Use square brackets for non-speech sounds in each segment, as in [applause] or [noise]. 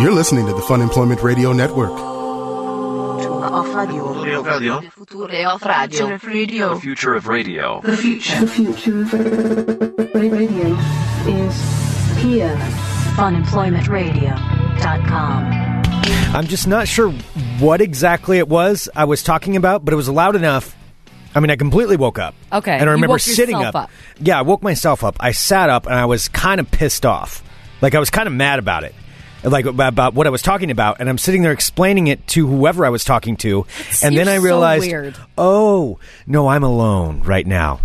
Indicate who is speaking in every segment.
Speaker 1: You're listening to the Fun Employment Radio Network.
Speaker 2: Off radio.
Speaker 3: Future of
Speaker 2: Future
Speaker 3: radio.
Speaker 2: of radio.
Speaker 3: The future of radio.
Speaker 2: The future.
Speaker 4: The future of radio is here.
Speaker 5: FunemploymentRadio.com.
Speaker 6: I'm just not sure what exactly it was I was talking about, but it was loud enough. I mean, I completely woke up.
Speaker 7: Okay,
Speaker 6: And I
Speaker 7: you
Speaker 6: remember
Speaker 7: woke
Speaker 6: sitting
Speaker 7: yourself
Speaker 6: up.
Speaker 7: up.
Speaker 6: Yeah, I woke myself up. I sat up and I was kind of pissed off. Like, I was kind of mad about it. Like, ab- about what I was talking about. And I'm sitting there explaining it to whoever I was talking to. and then
Speaker 7: seems
Speaker 6: I
Speaker 7: so
Speaker 6: realized,
Speaker 7: weird.
Speaker 6: oh, no, I'm alone right now.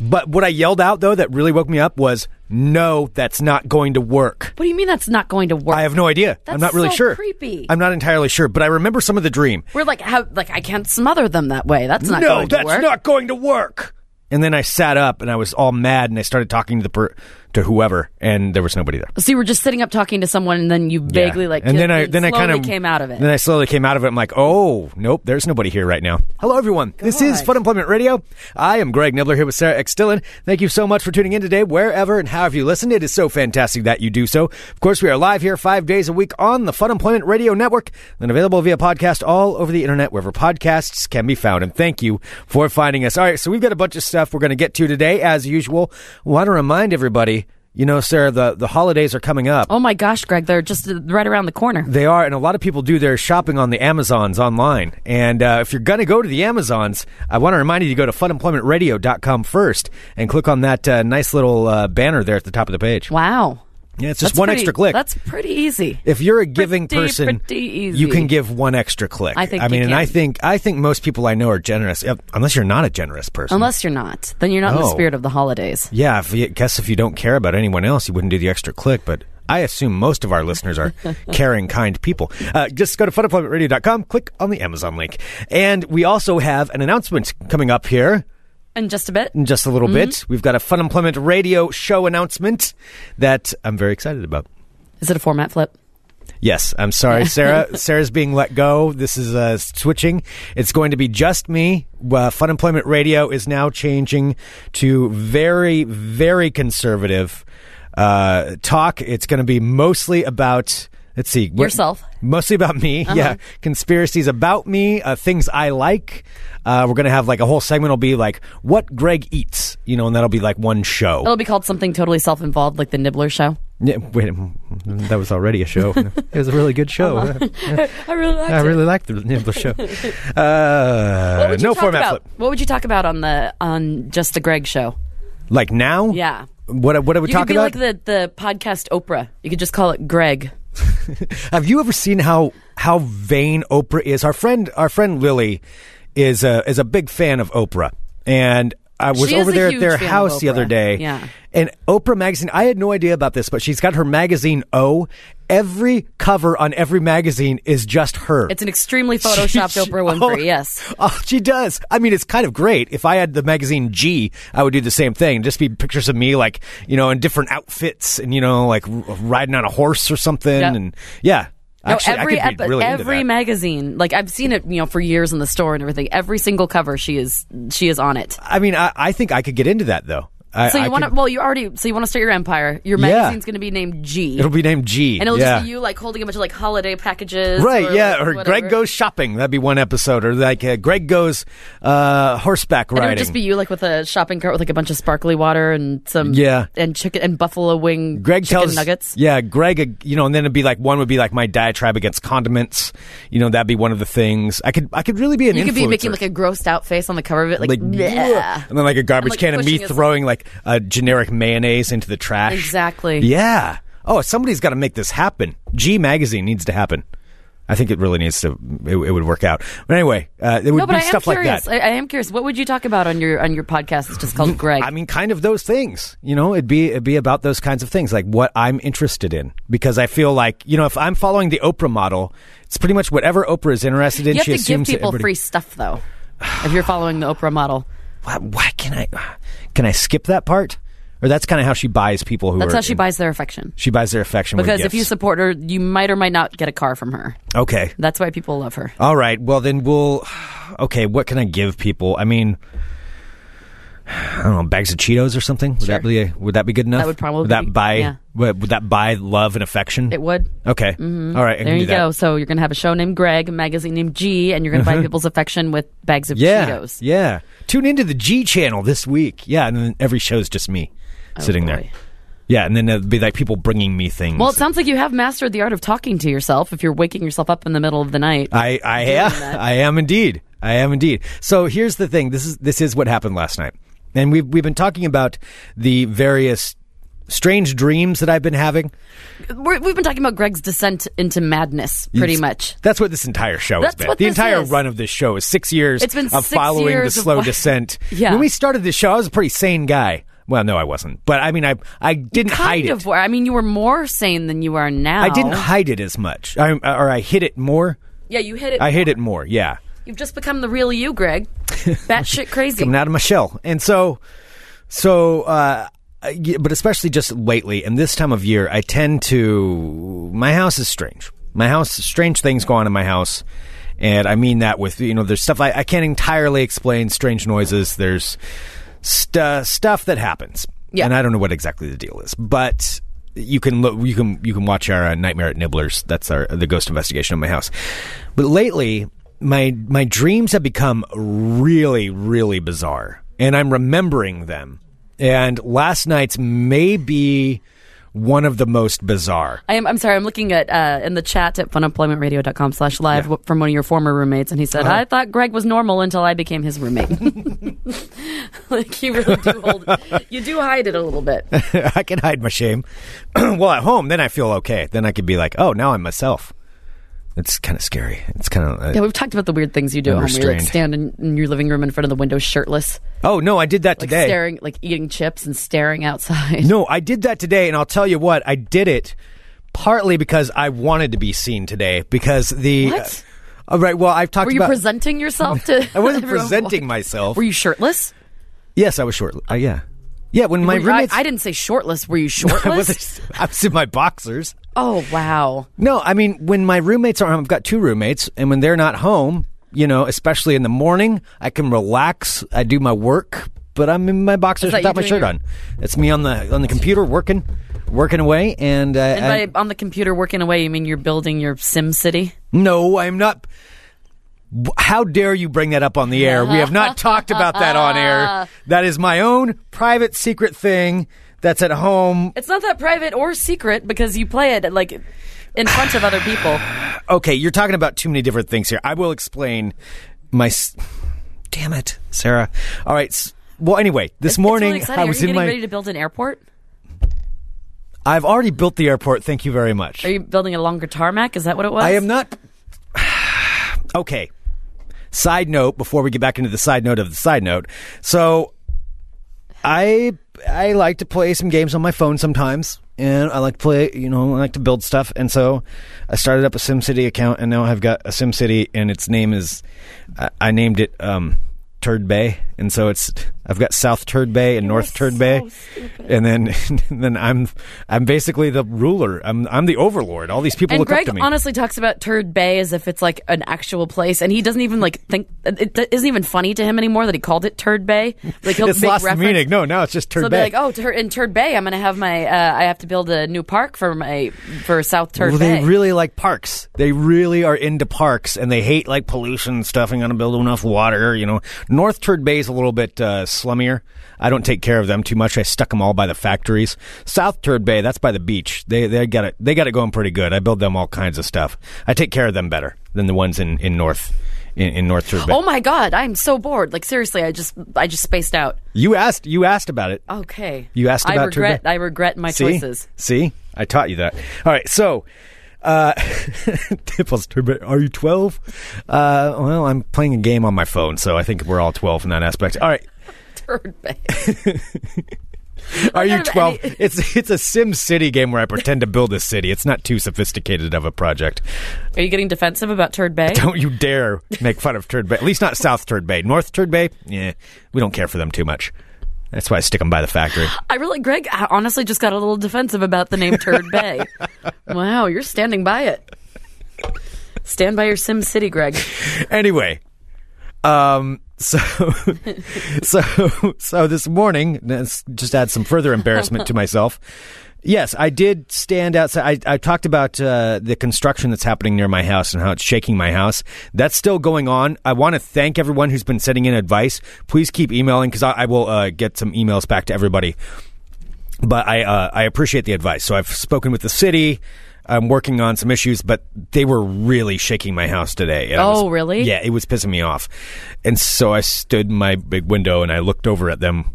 Speaker 6: But what I yelled out, though, that really woke me up was, no, that's not going to work.
Speaker 7: What do you mean that's not going to work?
Speaker 6: I have no idea.
Speaker 7: That's
Speaker 6: I'm not really
Speaker 7: so
Speaker 6: sure.
Speaker 7: creepy.
Speaker 6: I'm not entirely sure, but I remember some of the dream.
Speaker 7: We're like, how, like I can't smother them that way. That's not
Speaker 6: no,
Speaker 7: going to
Speaker 6: that's
Speaker 7: work.
Speaker 6: not going to work. And then I sat up and I was all mad and I started talking to the per- to whoever and there was nobody there.
Speaker 7: So you were just sitting up talking to someone, and then you vaguely
Speaker 6: Yeah.
Speaker 7: like,
Speaker 6: and then I then I
Speaker 7: slowly
Speaker 6: kind of
Speaker 7: came out of it.
Speaker 6: Then I slowly came out of it. I'm like, oh nope, there's nobody here right now. Hello everyone, this is Fun Employment Radio. I am Greg Nibbler here with Sarah X Dillon. Thank you so much for tuning in today, wherever and however you listen. It is so fantastic that you do so. Of course, we are live here five days a week on the Fun Employment Radio Network, and available via podcast all over the internet wherever podcasts can be found. And thank you for finding us. All right, so we've got a bunch of stuff we're going to get to today, as usual. Want to remind everybody. You know, Sarah, the, the holidays are coming up.
Speaker 7: oh my gosh, Greg, they're just uh, right around the corner.
Speaker 6: They are, and a lot of people do their shopping on the Amazons online. And uh, if you're going to go to the Amazons, I want to remind you to go to funemploymentradio.com first and click on that uh, nice little uh, banner there at the top of the page.
Speaker 7: Wow,
Speaker 6: Yeah, it's
Speaker 7: that's
Speaker 6: just one
Speaker 7: pretty-
Speaker 6: extra click.
Speaker 7: That's pretty easy.
Speaker 6: if you're a giving
Speaker 7: pretty,
Speaker 6: person,
Speaker 7: pretty easy.
Speaker 6: you can give one extra click.
Speaker 7: I think
Speaker 6: I
Speaker 7: you
Speaker 6: mean, and
Speaker 7: can.
Speaker 6: I think I think most people I know are generous, uh, unless you're not a generous person.
Speaker 7: Unless you're not, then you're not in the
Speaker 6: Oh.
Speaker 7: spirit of the holidays.
Speaker 6: yeah, if you, guess if you don't care about anyone else, you wouldn't do the extra click. But I assume most of our listeners are caring, kind people. Uh, just go to funemploymentradio.com, click on the Amazon link, and we also have an announcement coming up here
Speaker 7: And just a bit.
Speaker 6: in just a little bit. We've got a Fun Employment Radio show announcement that I'm very excited about.
Speaker 7: Is it a format flip?
Speaker 6: Yes, I'm [laughs] sorry, Sarah. Sarah's being let go. This is uh, switching. It's going to be just me. Uh, Fun Employment Radio is now changing to very, very conservative uh, talk. It's going to be mostly about. Let's see. what-
Speaker 7: Yourself.
Speaker 6: Mostly about me. Yeah. Conspiracies about me, uh, things I like. Uh, we're going to have like a whole segment will be like what Greg eats, you know, and that'll be like one show.
Speaker 7: It'll be called something totally self-involved, like the Nibbler Show.
Speaker 6: Yeah, wait, that was already a show. [laughs] Uh-huh. it was a really good show.
Speaker 7: I really like
Speaker 6: I
Speaker 7: it.
Speaker 6: really like the
Speaker 7: [laughs]
Speaker 6: Nibbler show. Uh,
Speaker 7: What would you
Speaker 6: no
Speaker 7: talk
Speaker 6: format
Speaker 7: about?
Speaker 6: flip.
Speaker 7: What would you talk about on the on just the Greg Show?
Speaker 6: Like now?
Speaker 7: Yeah.
Speaker 6: What, what are we
Speaker 7: You could
Speaker 6: talking
Speaker 7: be
Speaker 6: about?
Speaker 7: like the, the podcast Oprah. You could just call it Greg.
Speaker 6: Have you ever seen how how vain Oprah is? Our friend our friend Lily is a is a big fan of Oprah, and I was
Speaker 7: She is
Speaker 6: over
Speaker 7: a
Speaker 6: there at
Speaker 7: huge
Speaker 6: their
Speaker 7: fan of
Speaker 6: house the other
Speaker 7: Oprah.
Speaker 6: day.
Speaker 7: Yeah.
Speaker 6: And Oprah magazine, I had no idea about this, but she's got her magazine O. Every cover on every magazine is just her.
Speaker 7: It's an extremely photoshopped
Speaker 6: [laughs] She- she-
Speaker 7: Oprah Winfrey.
Speaker 6: oh,
Speaker 7: yes.
Speaker 6: Oh, she does. I mean, it's kind of great. If I had the magazine G, I would do the same thing. Just be pictures of me, like you know, in different outfits, and you know, like r- riding on a horse or something.
Speaker 7: Yep.
Speaker 6: And yeah,
Speaker 7: No,
Speaker 6: actually,
Speaker 7: every
Speaker 6: I could be
Speaker 7: epi-
Speaker 6: really into
Speaker 7: every
Speaker 6: that.
Speaker 7: magazine, like I've seen it, you know, for years in the store and everything. Every single cover, she is she is on it.
Speaker 6: I mean, I, I think I could get into that though. I,
Speaker 7: So
Speaker 6: I
Speaker 7: you want to?
Speaker 6: could-
Speaker 7: Well, you already. So you want to start your empire. Your
Speaker 6: Yeah.
Speaker 7: magazine's going to be named G,
Speaker 6: It'll be named G,
Speaker 7: and it'll
Speaker 6: yeah.
Speaker 7: just be you like holding a bunch of like holiday packages,
Speaker 6: Right,
Speaker 7: or,
Speaker 6: yeah,
Speaker 7: like,
Speaker 6: or
Speaker 7: whatever.
Speaker 6: Greg goes shopping. That'd be one episode, or like uh, Greg goes uh, horseback
Speaker 7: And it
Speaker 6: riding.
Speaker 7: would just be you, like with a shopping cart with like a bunch of sparkly water and some
Speaker 6: Yeah.
Speaker 7: and chicken and buffalo wing
Speaker 6: Greg
Speaker 7: chicken
Speaker 6: tells
Speaker 7: nuggets.
Speaker 6: Yeah, Greg, uh, you know, and then it'd be like one would be like my diatribe against condiments. You know, that'd be one of the things. I could I could really be an
Speaker 7: You could be making
Speaker 6: influencer.
Speaker 7: like a grossed out face on the cover of it, like,
Speaker 6: Like,
Speaker 7: bleh.
Speaker 6: and then like a garbage
Speaker 7: like,
Speaker 6: can and me
Speaker 7: pushing his-
Speaker 6: throwing like a generic mayonnaise into the trash.
Speaker 7: Exactly.
Speaker 6: Yeah. Oh, somebody's got to make this happen. G magazine needs to happen. I think it really needs to. It, it would work out. But anyway, uh, it would
Speaker 7: No,
Speaker 6: be
Speaker 7: but I am
Speaker 6: stuff like
Speaker 7: curious.
Speaker 6: that.
Speaker 7: I, I am curious. What would you talk about on your on your podcast? It's just called Greg.
Speaker 6: I mean, kind of those things. You know, it'd be it'd be about those kinds of things, like what I'm interested in, because I feel like you know, if I'm following the Oprah model, it's pretty much whatever Oprah is interested in.
Speaker 7: you have
Speaker 6: she
Speaker 7: to give
Speaker 6: assumes that
Speaker 7: people
Speaker 6: everybody-
Speaker 7: free stuff though. If you're following the Oprah model,
Speaker 6: Why, why can I? Can I skip that part? Or that's kind of how she buys people who.
Speaker 7: that's
Speaker 6: are
Speaker 7: how she
Speaker 6: in-
Speaker 7: buys their affection.
Speaker 6: She buys their affection with
Speaker 7: Because if
Speaker 6: gifts.
Speaker 7: you support her, you might or might not get a car from her.
Speaker 6: okay,
Speaker 7: That's why people love
Speaker 6: Oh.
Speaker 7: her.
Speaker 6: all right. Well, then we'll. Okay, what can I give people? I mean, I don't know, bags of Cheetos or something. Would that
Speaker 7: Sure.
Speaker 6: be a, would that be good enough?
Speaker 7: That would probably
Speaker 6: would that
Speaker 7: be-
Speaker 6: buy
Speaker 7: yeah.
Speaker 6: would, would that buy love and affection?
Speaker 7: It would.
Speaker 6: okay, All right, I can
Speaker 7: Mm-hmm. There
Speaker 6: do
Speaker 7: you
Speaker 6: that.
Speaker 7: go. So you're going to have a show named Greg, a magazine named G, and you're going to buy
Speaker 6: [laughs]
Speaker 7: people's affection with bags of
Speaker 6: Yeah,
Speaker 7: Cheetos.
Speaker 6: yeah. Tune into the G channel this week. Yeah, and then every show's just me sitting there.
Speaker 7: Oh, boy.
Speaker 6: Yeah, and then there'd be like people bringing me things.
Speaker 7: Well, it sounds like you have mastered the art of talking to yourself if you're waking yourself up in the middle of the night.
Speaker 6: I I am I am indeed. I am indeed. So here's the thing. This is this is what happened last night. And we've we've been talking about the various strange dreams that I've been having.
Speaker 7: We're, we've been talking about Greg's descent into madness, pretty
Speaker 6: It's-
Speaker 7: much.
Speaker 6: That's what this entire show has
Speaker 7: That's
Speaker 6: been.
Speaker 7: what
Speaker 6: the
Speaker 7: this
Speaker 6: entire
Speaker 7: is.
Speaker 6: run of this show is six years
Speaker 7: It's been
Speaker 6: of
Speaker 7: six
Speaker 6: following
Speaker 7: years
Speaker 6: the
Speaker 7: of
Speaker 6: slow
Speaker 7: wa- [laughs]
Speaker 6: descent.
Speaker 7: Yeah.
Speaker 6: When we started this show, I was a pretty sane guy. Well, no, I wasn't. But I mean, I I didn't hide
Speaker 7: Kind
Speaker 6: it.
Speaker 7: of. were. I mean, you were more sane than you are now.
Speaker 6: I didn't hide it as much, I, or I hid it more.
Speaker 7: Yeah, you hit it.
Speaker 6: I hid it more. Yeah,
Speaker 7: You've just become the real you,
Speaker 6: [laughs]
Speaker 7: Greg. Batshit crazy.
Speaker 6: coming out of my shell, and so, so, uh, I- but especially just lately and this time of year, I tend to. My house is strange. My house, strange things go on in my house, and I mean that with you know, there's stuff I, I can't entirely explain. Strange noises. There's st- uh, stuff that happens.
Speaker 7: Yeah.
Speaker 6: And I don't know what exactly the deal is, but you can look, you can you can watch our uh, Nightmare at Nibbler's. That's our the ghost investigation of my house. But lately, my my dreams have become really really bizarre, and I'm remembering them. And last night's may be one of the most bizarre. [laughs]
Speaker 7: I am, I'm sorry. I'm looking at uh, in the chat at funemploymentradio.com slash live w from one of your former roommates, and he said,
Speaker 6: Uh-huh.
Speaker 7: "I thought Greg was normal until I became his
Speaker 6: [laughs]
Speaker 7: roommate." [laughs] like you really do hold, you do hide it a little
Speaker 6: [laughs]
Speaker 7: bit.
Speaker 6: I can hide my shame. [clears throat] well, at home, then I feel okay. Then I could be like, oh, now I'm myself. It's kind of scary. It's uh, kind of
Speaker 7: Yeah, we've talked about the weird things you do. at home, where you like
Speaker 6: Unrestrained.
Speaker 7: stand in, in your living room in front of the window, shirtless,
Speaker 6: oh no, I did that
Speaker 7: like
Speaker 6: today.
Speaker 7: staring, like eating chips and staring outside.
Speaker 6: No, I did that today, and I'll tell you what, I did it partly because I wanted to be seen today. Because the uh,
Speaker 7: What?
Speaker 6: all right, well, I've talked
Speaker 7: Were you
Speaker 6: about.
Speaker 7: presenting yourself to?
Speaker 6: [laughs] I
Speaker 7: [laughs]
Speaker 6: wasn't
Speaker 7: everyone?
Speaker 6: presenting myself.
Speaker 7: Were you shirtless?
Speaker 6: yes, I was short. Uh, yeah, yeah. When my
Speaker 7: Were you- I,
Speaker 6: roommates,
Speaker 7: I didn't say shortless. Were you
Speaker 6: [laughs] I
Speaker 7: shortless?
Speaker 6: was, [laughs] I was in my boxers.
Speaker 7: oh wow.
Speaker 6: No, I mean when my roommates are home, I've got two roommates, and when they're not home, you know, especially in the morning, I can relax. I do my work, but I'm in my boxers
Speaker 7: that you
Speaker 6: without my
Speaker 7: doing
Speaker 6: shirt
Speaker 7: your-
Speaker 6: on. That's me on the on the computer working, working away, and, uh,
Speaker 7: And
Speaker 6: I-
Speaker 7: by on the computer working away, you mean you're building your Sim City?
Speaker 6: No, I'm not. How dare you bring that up on the air? We
Speaker 7: [laughs]
Speaker 6: have not talked about that on air. That is my own private secret thing that's at home.
Speaker 7: It's not that private or secret because you play it like in front of other people.
Speaker 6: Okay, you're talking about too many different things here. I will explain my. s- Damn it, Sarah. All right. s- Well, anyway, this morning
Speaker 7: it's really exciting.
Speaker 6: I was
Speaker 7: Are you
Speaker 6: in
Speaker 7: getting
Speaker 6: my.
Speaker 7: ready to build an airport?
Speaker 6: I've already built the airport. Thank you very much.
Speaker 7: Are you building a longer tarmac? Is that what it was?
Speaker 6: I am not. [sighs] okay. Side note before we get back into the side note of the side note. So I I like to play some games on my phone sometimes and I like to play, you know, I like to build stuff and so I started up a SimCity account and now I've got a SimCity and its name is I, I named it um Turd Bay and so it's I've got South Turd Bay and North Turd Bay and then [laughs] and then I'm I'm basically the ruler. I'm I'm the overlord. All these people
Speaker 7: And
Speaker 6: look up
Speaker 7: Greg
Speaker 6: to me.
Speaker 7: honestly talks about Turd Bay as if it's like an actual place, and he doesn't even like think it d- isn't even funny to him anymore that he called it Turd Bay. Like he'll
Speaker 6: it's
Speaker 7: make
Speaker 6: lost
Speaker 7: reference.
Speaker 6: meaning. No, now it's just
Speaker 7: So
Speaker 6: turd
Speaker 7: they'll be
Speaker 6: bay.
Speaker 7: like, oh, tur- in Turd Bay, I'm gonna have my, uh, I have to build a new park for my for South Turd
Speaker 6: well,
Speaker 7: Bay.
Speaker 6: they really like parks. They really are into parks, and they hate like pollution and stuff. And gonna build enough water, you know. North Turd Bay is a little bit uh, slummier. I don't take care of them too much. I stuck them all by the factories. South Turd Bay, that's by the beach. They they got it. They got it going pretty good. I build them all kinds of stuff. I take care of them better than the ones in in North in, in North Turd Bay.
Speaker 7: oh my god, I'm so bored. Like seriously, I just I just spaced out.
Speaker 6: you asked you asked about it.
Speaker 7: Okay.
Speaker 6: You asked
Speaker 7: I
Speaker 6: about Turd
Speaker 7: regret
Speaker 6: Bay?
Speaker 7: I regret my
Speaker 6: See?
Speaker 7: choices. [laughs]
Speaker 6: See, I taught you that. All right, so uh, [laughs] Tipples Turbo, are you twelve? Uh, well, I'm playing a game on my phone, so I think we're all twelve in that aspect. All right,
Speaker 7: Turd Bay.
Speaker 6: are
Speaker 7: I
Speaker 6: you
Speaker 7: don't have
Speaker 6: twelve?
Speaker 7: any-
Speaker 6: It's it's a Sim City game where I pretend to build a city. It's not too sophisticated of a project.
Speaker 7: Are you getting defensive about Turd Bay?
Speaker 6: Don't you dare make fun of Turd Bay. At least not South Turd Bay. North Turd Bay, yeah, we don't care for them too much. That's why I stick them by the factory.
Speaker 7: I really, Greg, I honestly just got a little defensive about the name
Speaker 6: [laughs]
Speaker 7: Turd Bay. wow, you're standing by it.
Speaker 6: [laughs]
Speaker 7: Stand by your Sim City, Greg.
Speaker 6: anyway, um, So, [laughs] so, so this morning, let's just add some further embarrassment to myself. Yes, I did stand outside. I, I talked about uh, the construction that's happening near my house and how it's shaking my house. That's still going on. I want to thank everyone who's been sending in advice. Please keep emailing because I, I will uh, get some emails back to everybody. But I, uh, I appreciate the advice. So I've spoken with the city. I'm working on some issues, but they were really shaking my house today. and I
Speaker 7: Oh,
Speaker 6: was-
Speaker 7: really?
Speaker 6: Yeah, it was pissing me off. And so I stood in my big window and I looked over at them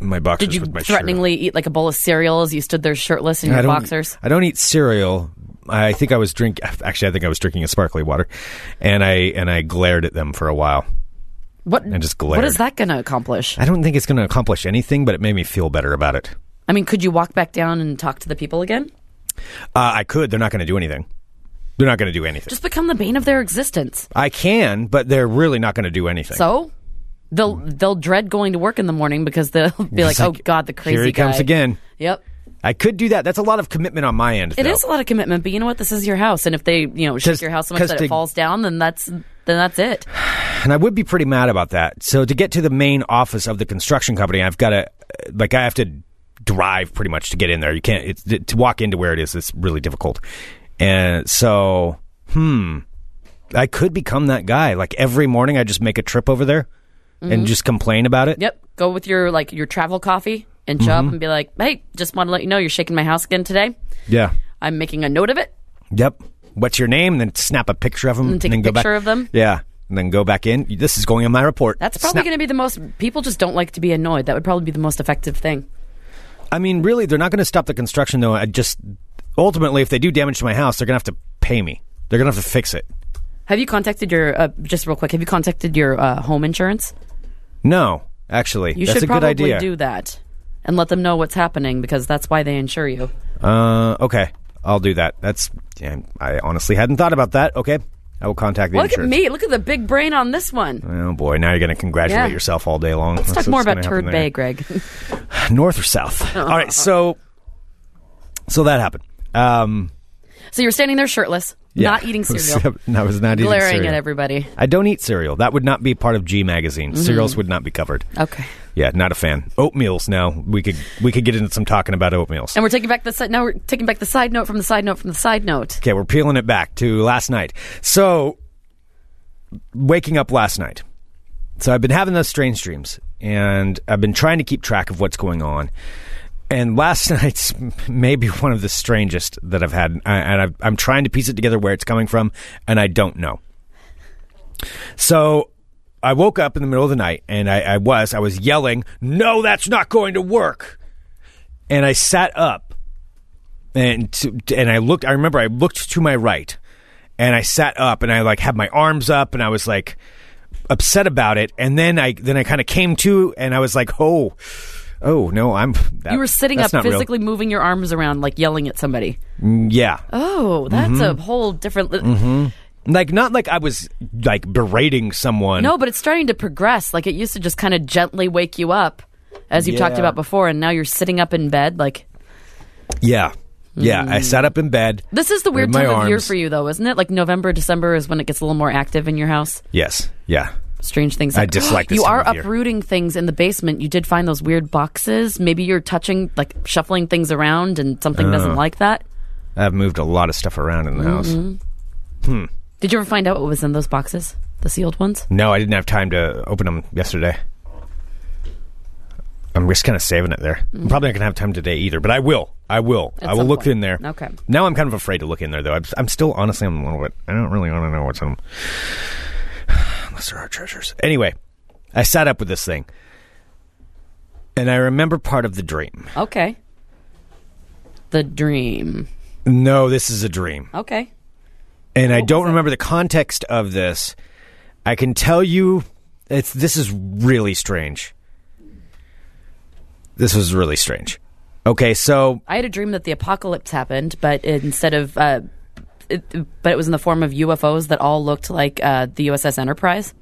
Speaker 6: in my boxers
Speaker 7: Did you
Speaker 6: with my shirt on.
Speaker 7: threateningly eat like a bowl of cereal as you stood there shirtless in your
Speaker 6: I don't,
Speaker 7: boxers?
Speaker 6: I don't eat cereal. I think I was drink. Actually, I think I was drinking a sparkly water, and I and I glared at them for a while.
Speaker 7: What?
Speaker 6: I just
Speaker 7: What is
Speaker 6: glared.
Speaker 7: that going to accomplish?
Speaker 6: I don't think it's going to accomplish anything, but it made me feel better about it.
Speaker 7: I mean, could you walk back down and talk to the people again?
Speaker 6: Uh, I could. They're not going to do anything. They're not going to do anything.
Speaker 7: Just become the bane of their existence.
Speaker 6: I can, but they're really not going to do anything.
Speaker 7: So they'll they'll dread going to work in the morning because they'll [laughs] be like,
Speaker 6: It's
Speaker 7: "Oh God, the crazy
Speaker 6: Here he comes
Speaker 7: guy."
Speaker 6: again.
Speaker 7: Yep.
Speaker 6: I could do that. That's a lot of commitment on my end.
Speaker 7: It is a lot of commitment, but you know what? This is your house, and if they, you know, shake
Speaker 6: 'Cause-
Speaker 7: your house so much
Speaker 6: 'cause
Speaker 7: that
Speaker 6: to-
Speaker 7: it falls down, then that's then that's it.
Speaker 6: and I would be pretty mad about that. So to get to the main office of the construction company, I've got to like I have to drive pretty much to get in there. You can't it's, to walk into where it is. It's really difficult, and so hmm, I could become that guy. Like every morning, I just make a trip over there and just complain about it.
Speaker 7: Mm-hmm. Yep. Go with your like your travel coffee and show
Speaker 6: Mm-hmm.
Speaker 7: up and be like, "Hey, just want to let you know you're shaking my house again today.
Speaker 6: Yeah.
Speaker 7: I'm making a note of it."
Speaker 6: Yep. What's your name? And then snap a picture of them.
Speaker 7: And take
Speaker 6: then
Speaker 7: a
Speaker 6: go back-
Speaker 7: picture of them?
Speaker 6: Yeah. And then go back in. This is going in my report.
Speaker 7: That's probably going to be the most. People just don't like to be annoyed. That would probably be the most effective thing.
Speaker 6: I mean, really, they're not going to stop the construction, though. I just ultimately, if they do damage to my house, they're going to have to pay me. They're going to have to fix it.
Speaker 7: Have you contacted your uh, just real quick? Have you contacted your uh, home insurance?
Speaker 6: No, actually,
Speaker 7: You
Speaker 6: that's
Speaker 7: should
Speaker 6: a good
Speaker 7: probably
Speaker 6: idea.
Speaker 7: do that and let them know what's happening because that's why they insure you.
Speaker 6: uh, okay, I'll do that. That's yeah, I honestly hadn't thought about that. Okay, I will contact the
Speaker 7: Look at
Speaker 6: insurance.
Speaker 7: me. Look at the big brain on this one.
Speaker 6: Oh boy, now you're going to congratulate
Speaker 7: Yeah.
Speaker 6: yourself all day long.
Speaker 7: Let's talk more about Turd Bay, Greg. [laughs]
Speaker 6: North or south? all right, so so that happened. Um,
Speaker 7: so you're standing there shirtless,
Speaker 6: yeah.
Speaker 7: not
Speaker 6: [laughs]
Speaker 7: eating cereal,
Speaker 6: I was not eating
Speaker 7: glaring
Speaker 6: cereal.
Speaker 7: at everybody.
Speaker 6: I don't eat cereal. That would not be part of G magazine.
Speaker 7: Mm-hmm.
Speaker 6: Cereals would not be covered.
Speaker 7: Okay.
Speaker 6: Yeah, not a fan. Oatmeals now. We could we could get into some talking about oatmeals.
Speaker 7: And we're taking back the side. Now we're taking back the side note from the side note from the side note.
Speaker 6: Okay, we're peeling it back to last night. So waking up last night. So I've been having those strange dreams and I've been trying to keep track of what's going on. And last [laughs] night's maybe one of the strangest that I've had, I- and I've, I'm trying to piece it together where it's coming from, and I don't know. So I woke up in the middle of the night, and I, I was I was yelling, "No, that's not going to work!" And I sat up, and to, and I looked. I remember I looked to my right, and I sat up, and I like had my arms up, and I was like upset about it. And then I then I kind of came to, and I was like, "Oh, oh no, I'm." That,
Speaker 7: You were sitting
Speaker 6: that's
Speaker 7: up,
Speaker 6: not real."
Speaker 7: physically moving your arms around, like yelling at somebody.
Speaker 6: Yeah.
Speaker 7: Oh, that's
Speaker 6: Mm-hmm.
Speaker 7: a whole different. uh,
Speaker 6: Like not like I was like berating someone.
Speaker 7: No, but it's starting to progress. Like it used to just kind of gently wake you up, as you've talked
Speaker 6: Yeah.
Speaker 7: about before, and now you're sitting up in bed. Like
Speaker 6: Yeah. Yeah, I
Speaker 7: Hmm.
Speaker 6: sat up in bed.
Speaker 7: this is the weird
Speaker 6: my
Speaker 7: time of year
Speaker 6: arms.
Speaker 7: for you, though, isn't it? Like November, December is when it gets a little more active in your house.
Speaker 6: Yes. Yeah.
Speaker 7: Strange things. [gasps]
Speaker 6: I dislike this
Speaker 7: You
Speaker 6: time
Speaker 7: are
Speaker 6: of year.
Speaker 7: uprooting things in the basement. You did find those weird boxes. Maybe you're touching, like shuffling things around, and something
Speaker 6: Uh.
Speaker 7: doesn't like that.
Speaker 6: I've moved a lot of stuff around in the
Speaker 7: Mm-hmm.
Speaker 6: house.
Speaker 7: Did you ever find out what was in those boxes? The sealed ones?
Speaker 6: No, I didn't have time to open them yesterday. I'm just kind of saving it there. I'm probably not going to have time today either, but I will. I will.
Speaker 7: Mm-hmm. At
Speaker 6: I will
Speaker 7: some
Speaker 6: look
Speaker 7: point.
Speaker 6: in there.
Speaker 7: Okay.
Speaker 6: Now I'm kind of afraid to look in there, though. I'm, I'm still, honestly, I'm a little bit. I don't really want to know what's in them. [sighs] Unless there are treasures. Anyway, I sat up with this thing. And I remember part of the dream.
Speaker 7: Okay. The dream.
Speaker 6: No, this is a dream.
Speaker 7: Okay.
Speaker 6: and I don't remember the context of this. I can tell you, it's this is really strange. This was really strange. Okay, so
Speaker 7: I had a dream that the apocalypse happened, but instead of, uh, it, but it was in the form of UFOs that all looked like uh, the USS Enterprise.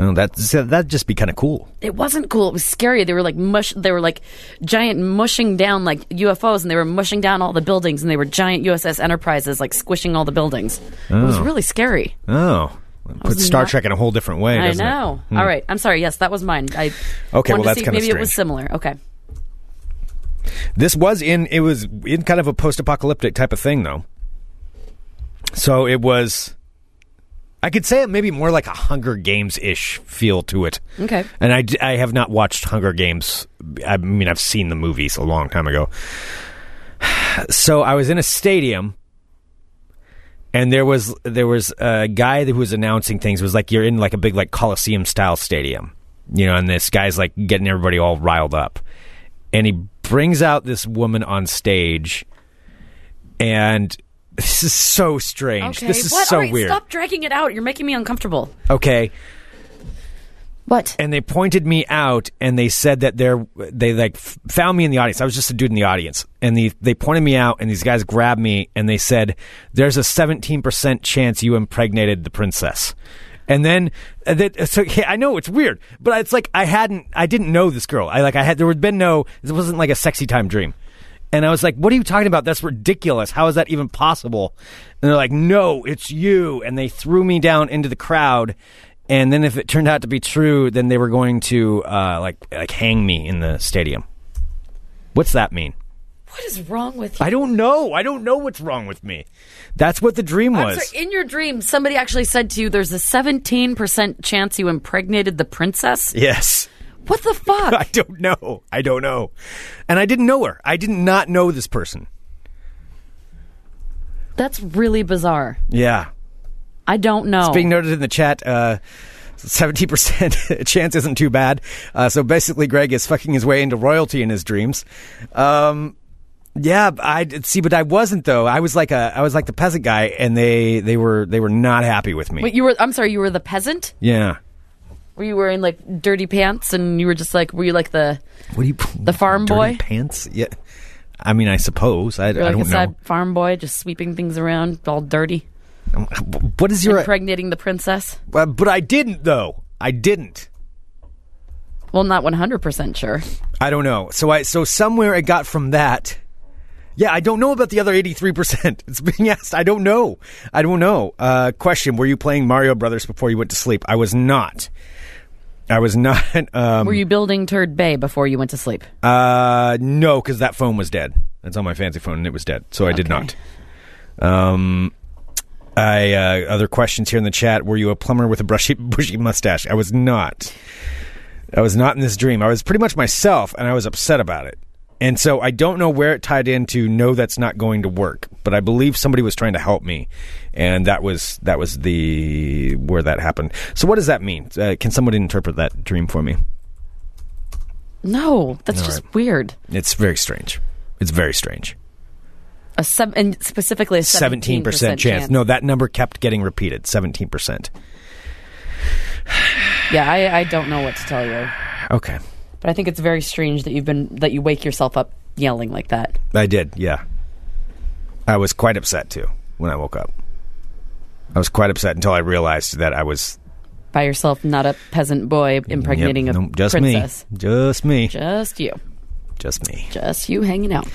Speaker 6: oh, that so that'd just be kind of cool.
Speaker 7: It wasn't cool. It was scary. They were like mush. They were like giant mushing down like UFOs, and they were mushing down all the buildings, and they were giant USS Enterprises like squishing all the buildings. It was really scary.
Speaker 6: Oh, Put
Speaker 7: was
Speaker 6: Star
Speaker 7: not-
Speaker 6: Trek in a whole different way.
Speaker 7: I
Speaker 6: doesn't it? Hmm.
Speaker 7: know. All right. I'm sorry. Yes, that was mine. I
Speaker 6: Okay,
Speaker 7: wanted
Speaker 6: well,
Speaker 7: to
Speaker 6: that's
Speaker 7: see if
Speaker 6: kinda
Speaker 7: maybe it was
Speaker 6: strange.
Speaker 7: similar. Okay.
Speaker 6: This was in it was in kind of a post-apocalyptic type of thing though. So it was I could say it maybe more like a Hunger Games ish feel to it.
Speaker 7: Okay.
Speaker 6: And I, d- I have not watched Hunger Games. I mean, I've seen the movies a long time ago. So I was in a stadium, and there was there was a guy who was announcing things. It was like you're in like a big like Coliseum style stadium, you know. And this guy's like getting everybody all riled up, and he brings out this woman on stage, and [laughs] this is so strange.
Speaker 7: Okay.
Speaker 6: This is
Speaker 7: what?
Speaker 6: so
Speaker 7: All right,
Speaker 6: weird.
Speaker 7: Stop dragging it out. You're making me uncomfortable.
Speaker 6: Okay.
Speaker 7: What?
Speaker 6: and they pointed me out and they said that they're they like f- found me in the audience i was just a dude in the audience and the, they pointed me out and these guys grabbed me and they said there's a 17% chance you impregnated the princess and then uh, that, so [laughs] yeah, I know it's weird, but it's like I hadn't, I didn't know this girl. I like, I had there had been no, this wasn't like a sexy time dream. And I was like, "What are you talking about? That's ridiculous. How is that even possible?" And they're like, "No, it's you." And they threw me down into the crowd. And then if it turned out to be true, then they were going to uh, like like hang me in the stadium. What's that mean?
Speaker 7: What is wrong with you?
Speaker 6: I don't know. I don't know what's wrong with me. That's what the dream
Speaker 7: I'm
Speaker 6: was.
Speaker 7: sorry, in your dream, somebody actually said to you, "There's a 17% chance you impregnated the princess."
Speaker 6: [laughs] yes. [laughs]
Speaker 7: What the fuck?
Speaker 6: I don't know. I don't know. And I didn't know her. I did not know this person.
Speaker 7: That's really bizarre.
Speaker 6: Yeah.
Speaker 7: I don't know.
Speaker 6: Being noted in the chat, uh, 70% [laughs] chance isn't too bad. Uh, so basically, Greg is fucking his way into royalty in his dreams. Um, yeah, I see, but I wasn't though. I was like a, I was like the peasant guy, and they, they were, they were not happy with me.
Speaker 7: Wait, you were I'm sorry, you were the peasant?
Speaker 6: yeah.
Speaker 7: Were you wearing like dirty pants and you were just like were you like the
Speaker 6: What do you?
Speaker 7: The farm
Speaker 6: dirty
Speaker 7: boy?
Speaker 6: pants. Yeah. I mean, I suppose. I, I
Speaker 7: you're like a
Speaker 6: don't
Speaker 7: sad
Speaker 6: know.
Speaker 7: farm boy just sweeping things around all dirty,
Speaker 6: What is your?
Speaker 7: impregnating the princess?
Speaker 6: Uh, but I didn't though. I didn't.
Speaker 7: Well, not 100% sure.
Speaker 6: I don't know. So I so somewhere it got from that. Yeah, I don't know about the other eighty three percent. [laughs] It's being asked. I don't know. I don't know. Uh, question: Were you playing Mario Brothers before you went to sleep? I was not. I was [laughs] not. Um,
Speaker 7: Were you building Turd Bay before you went to sleep?
Speaker 6: uh, no, because that phone was dead. It's on my fancy phone, and it was dead. So I did
Speaker 7: Okay.
Speaker 6: not. Um, I uh, other questions here in the chat. Were you a plumber with a brushy, [laughs] bushy mustache? I was not. I was not in this dream. I was pretty much myself, and I was upset about it. And so I don't know where it tied into. No, that's not going to work. But I believe somebody was trying to help me, and that was that was the where that happened. So what does that mean? Uh, can somebody interpret that dream for me?
Speaker 7: No, that's
Speaker 6: All
Speaker 7: just weird.
Speaker 6: It's very strange. It's very strange.
Speaker 7: A sub and specifically a
Speaker 6: 17%
Speaker 7: 17%
Speaker 6: chance. No, that number kept getting repeated. 17%.
Speaker 7: Yeah, I, I don't know what to tell you.
Speaker 6: Okay.
Speaker 7: But I think it's very strange that you've been that you wake yourself up yelling like that.
Speaker 6: I did, yeah. I was quite upset too when I woke up. I was quite upset until I realized that I was
Speaker 7: By yourself, not a peasant boy
Speaker 6: yep,
Speaker 7: impregnating a
Speaker 6: nope, just
Speaker 7: princess.
Speaker 6: me. Just me.
Speaker 7: Just you.
Speaker 6: Just me.
Speaker 7: Just you hanging out.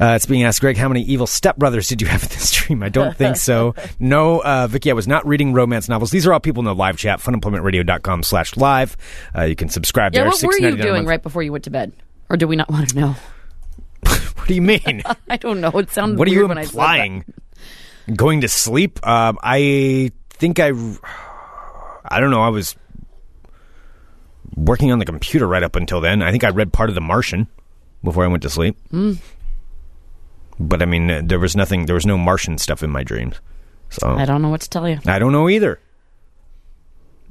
Speaker 6: Uh, it's being asked, Greg, how many evil stepbrothers did you have in this dream? I don't
Speaker 7: [laughs]
Speaker 6: think so. No, uh, Vicky, I was not reading romance novels. These are all people in the live chat, funemploymentradio.com slash live. Uh, you can subscribe
Speaker 7: Yeah,
Speaker 6: there.
Speaker 7: what were you
Speaker 6: $6.99 a
Speaker 7: doing
Speaker 6: month.
Speaker 7: right before you went to bed? Or do we not want to know? [laughs]
Speaker 6: What do you mean?
Speaker 7: I don't know. It sounds
Speaker 6: What are
Speaker 7: weird
Speaker 6: you
Speaker 7: when
Speaker 6: implying? Going to sleep? Um, I think I. I don't know. I was working on the computer right up until then. I think I read part of The Martian before I went to sleep.
Speaker 7: Hmm.
Speaker 6: But I mean, uh, there was nothing. There was no Martian stuff in my dreams. So
Speaker 7: I, said that. I don't know what to tell you.
Speaker 6: I don't know either.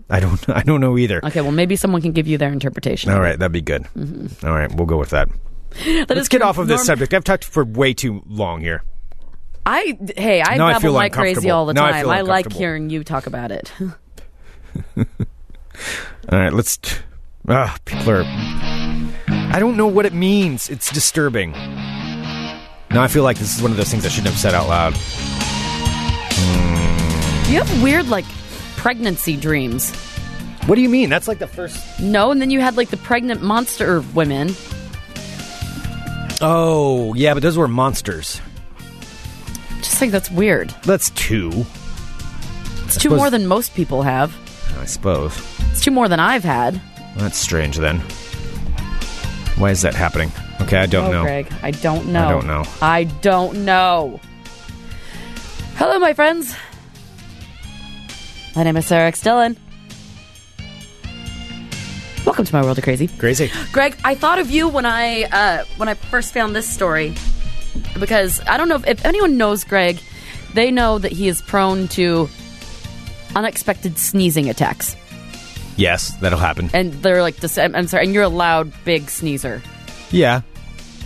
Speaker 6: I don't. [laughs] I don't know either.
Speaker 7: Okay, well maybe someone can give you their interpretation. [laughs]
Speaker 6: All right, that'd be good.
Speaker 7: Mm-hmm.
Speaker 6: All right, we'll go with that.
Speaker 7: Let's
Speaker 6: Let's get off of this subject. I've talked for way too long here.
Speaker 7: I hey, I
Speaker 6: Now I
Speaker 7: babble
Speaker 6: feel
Speaker 7: like crazy
Speaker 6: uncomfortable.
Speaker 7: all the
Speaker 6: Now I
Speaker 7: time.
Speaker 6: feel
Speaker 7: I, like
Speaker 6: uncomfortable.
Speaker 7: hearing you talk about it.
Speaker 6: All right, let's. Ah, people are. I don't know what it means. It's disturbing. Now I feel like this is one of those things I shouldn't have said out loud.
Speaker 7: you have weird like pregnancy dreams.
Speaker 6: What do you mean? That's like the first.
Speaker 7: No, and then you had like the pregnant monster women.
Speaker 6: Oh, yeah, but those were monsters.
Speaker 7: Just think that's weird.
Speaker 6: That's two.
Speaker 7: It's two more than most people have.
Speaker 6: I suppose.
Speaker 7: It's two more than I've had.
Speaker 6: That's strange then. Why is that happening? Okay, I don't
Speaker 7: Oh,
Speaker 6: know.
Speaker 7: Greg, I don't know.
Speaker 6: don't know.
Speaker 7: I don't know. Hello, my friends. My name is Sarah X. Dillon. Welcome to my world of crazy.
Speaker 6: Crazy.
Speaker 7: Greg, I thought of you when I uh, when I first found this story because I don't know if, if anyone knows Greg, they know that he is prone to unexpected sneezing attacks,
Speaker 6: Yes, that'll happen.
Speaker 7: and they're like, this, I'm, I'm sorry, and you're a loud, big sneezer.
Speaker 6: Yeah.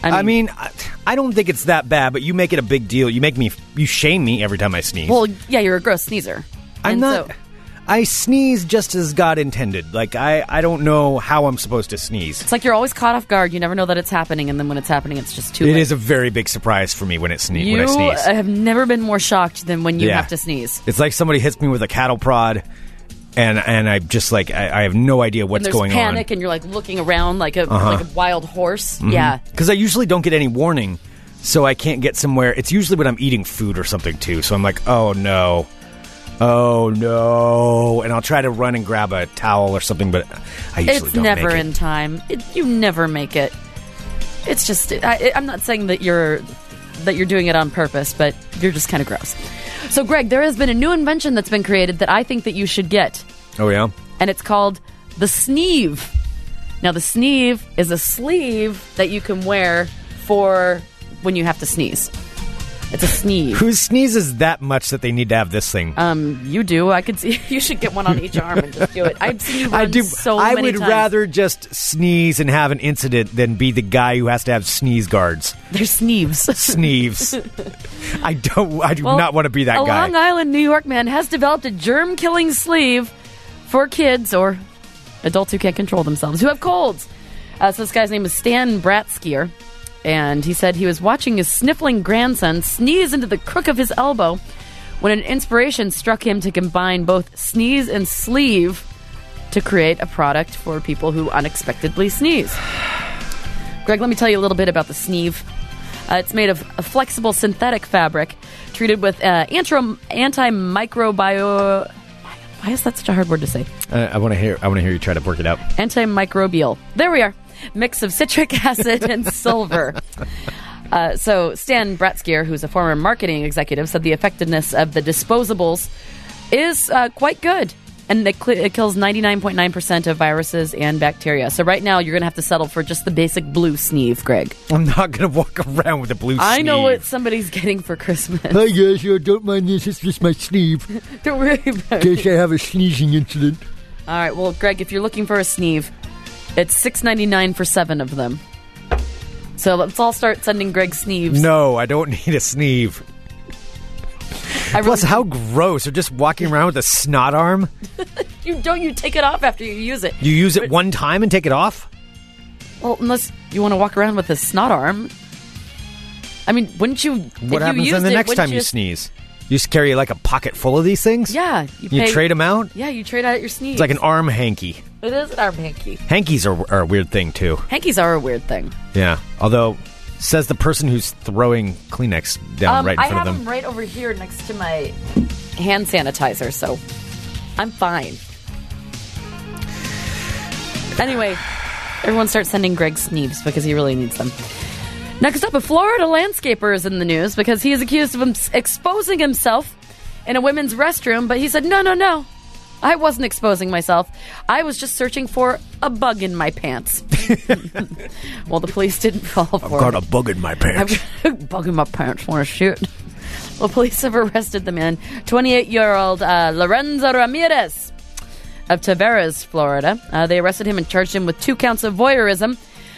Speaker 7: I mean,
Speaker 6: I mean, I- I don't think it's that bad, but you make it a big deal. You make me, you shame me every time I sneeze.
Speaker 7: well, yeah, you're a gross sneezer.
Speaker 6: I'm
Speaker 7: And
Speaker 6: not.
Speaker 7: so-
Speaker 6: I sneeze just as God intended. Like I, I don't know how I'm supposed to sneeze.
Speaker 7: It's like you're always caught off guard. You never know that it's happening, and then when it's happening, it's just too.
Speaker 6: It
Speaker 7: late.
Speaker 6: is a very big surprise for me when it sneeze.
Speaker 7: You
Speaker 6: when I sneeze,
Speaker 7: uh, have never been more shocked than when you
Speaker 6: Yeah.
Speaker 7: have to sneeze.
Speaker 6: it's like somebody hits me with a cattle prod, and and I just like I, I have no idea
Speaker 7: And
Speaker 6: what's
Speaker 7: there's
Speaker 6: going
Speaker 7: panic,
Speaker 6: on Uh-huh.
Speaker 7: and you're like looking around like a like a wild horse.
Speaker 6: Mm-hmm.
Speaker 7: Yeah.
Speaker 6: because I usually don't get any warning, so I can't get somewhere. It's usually when I'm eating food or something too. So I'm like, oh no. Oh no! And I'll try to run and grab a towel or something, but I usually
Speaker 7: it's
Speaker 6: don't
Speaker 7: never
Speaker 6: make it.
Speaker 7: in time. It, you never make it. It's just I, I'm not saying that you're that you're doing it on purpose, but you're just kind of gross. So, Greg, there has been a new invention that's been created that I think that you should get,
Speaker 6: Oh yeah,
Speaker 7: and it's called the sneeve. Now, the sneeve is a sleeve that you can wear for when you have to sneeze. It's a sneeve.
Speaker 6: who sneezes that much that they need to have this thing?
Speaker 7: Um, you do. I could see. [laughs] You should get one on each arm and just do it. I've seen you run
Speaker 6: I do.
Speaker 7: so
Speaker 6: I
Speaker 7: many
Speaker 6: would
Speaker 7: times.
Speaker 6: rather just sneeze and have an incident than be the guy who has to have sneeze guards.
Speaker 7: They're
Speaker 6: [laughs]
Speaker 7: sneeves. [laughs]
Speaker 6: Sneeves. I don't. I do
Speaker 7: Well,
Speaker 6: not want to be that
Speaker 7: a
Speaker 6: guy.
Speaker 7: Long Island, New York man has developed a germ killing sleeve for kids or adults who can't control themselves who have colds. Uh, so this guy's name is Stan Bratskier, and he said he was watching his sniffling grandson sneeze into the crook of his elbow when an inspiration struck him to combine both sneeze and sleeve to create a product for people who unexpectedly sneeze. Greg, let me tell you a little bit about the sneeve. Uh, it's made of a flexible synthetic fabric treated with uh, antro- antimicrobio. Why is that such a hard word to say?
Speaker 6: Uh, I want to hear. I want to hear you try to work it out.
Speaker 7: Antimicrobial. There we are. Mix of citric [laughs] acid and silver. Uh, so Stan Bratskier, who's a former marketing executive, said the effectiveness of the disposables is uh, quite good, and it, cl- it kills 99.9% of viruses and bacteria. So right now, you're going to have to settle for just the basic blue sneeve, Greg.
Speaker 6: I'm not gonna walk around with a blue.
Speaker 7: I know
Speaker 6: sneeze.
Speaker 7: what somebody's getting for Christmas.
Speaker 5: Hi guys, I don't mind this. It's just my sleeve.
Speaker 7: [laughs] Don't worry about it.
Speaker 5: In case I have a sneezing incident.
Speaker 7: All right, well, Greg, if you're looking for a sneeve, it's six ninety nine for seven of them. So let's all start sending Greg sneeves.
Speaker 6: No, I don't need a sneeze.
Speaker 7: I
Speaker 6: Plus,
Speaker 7: really-
Speaker 6: how gross! Or just walking around with a snot arm.
Speaker 7: you don't you take it off after you use it?
Speaker 6: You use it one time and take it off.
Speaker 7: Well, unless you want to walk around with a snot arm. I mean, wouldn't you?
Speaker 6: What happens then the next time you sneeze? You just carry like a pocket full of these things.
Speaker 7: Yeah,
Speaker 6: You
Speaker 7: pay-
Speaker 6: trade them out.
Speaker 7: Yeah, you trade out your sneeze.
Speaker 6: It's like an arm hanky.
Speaker 7: it is an arm hanky.
Speaker 6: Hankies are, are a weird thing too.
Speaker 7: Hankies are a weird thing.
Speaker 6: Yeah. Although, says the person who's throwing Kleenex down right in
Speaker 7: Um, I
Speaker 6: front
Speaker 7: have
Speaker 6: of
Speaker 7: them
Speaker 6: them.
Speaker 7: right over here next to my hand sanitizer, so I'm fine. Anyway, everyone start sending Greg sneeves because he really needs them. Next up, a Florida landscaper is in the news because he is accused of him- exposing himself in a women's restroom, but he said, no, no, no. I wasn't exposing myself. I was just searching for a bug in my pants. [laughs] well, the police didn't [laughs] call for it.
Speaker 6: Got a bug in my pants.
Speaker 7: [laughs] I've bug in my pants want to shoot. Well, police have arrested the man, 28 year old uh, Lorenzo Ramirez of Tavares, Florida. Uh, they arrested him and charged him with two counts of voyeurism.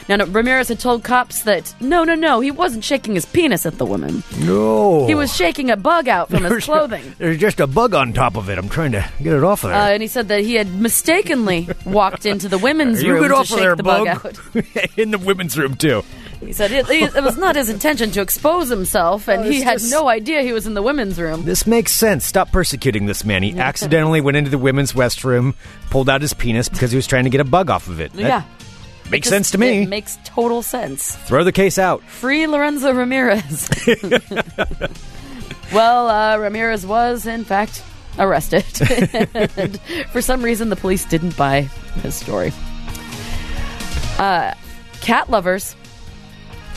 Speaker 7: Now, no, Ramirez had told cops that no, no, no, he wasn't shaking his penis at the woman.
Speaker 6: no.
Speaker 7: He was shaking a bug out
Speaker 6: [laughs]
Speaker 7: from his clothing.
Speaker 6: There's just a bug on top of it. I'm trying to get it off of there.
Speaker 7: Uh, and he said that he had mistakenly walked into the women's
Speaker 6: you
Speaker 7: room
Speaker 6: get
Speaker 7: to
Speaker 6: off
Speaker 7: shake
Speaker 6: of there,
Speaker 7: the
Speaker 6: bug.
Speaker 7: bug out.
Speaker 6: [laughs] in the women's room too.
Speaker 7: He said it, it was not his intention to expose himself,
Speaker 6: [laughs]
Speaker 7: and
Speaker 6: Oh,
Speaker 7: he
Speaker 6: it's
Speaker 7: had
Speaker 6: just-
Speaker 7: no idea he was in the women's room.
Speaker 6: This makes sense. Stop persecuting this man. He accidentally went into the women's restroom, pulled out his penis because he was trying to get a bug off of it. That
Speaker 7: yeah.
Speaker 6: makes
Speaker 7: Just-
Speaker 6: sense to me.
Speaker 7: It makes total sense.
Speaker 6: Throw the case out.
Speaker 7: Free Lorenzo [laughs] Ramirez. well, uh, Ramirez was, in fact, arrested. [laughs] and for some reason, the police didn't buy his story. Uh, cat lovers.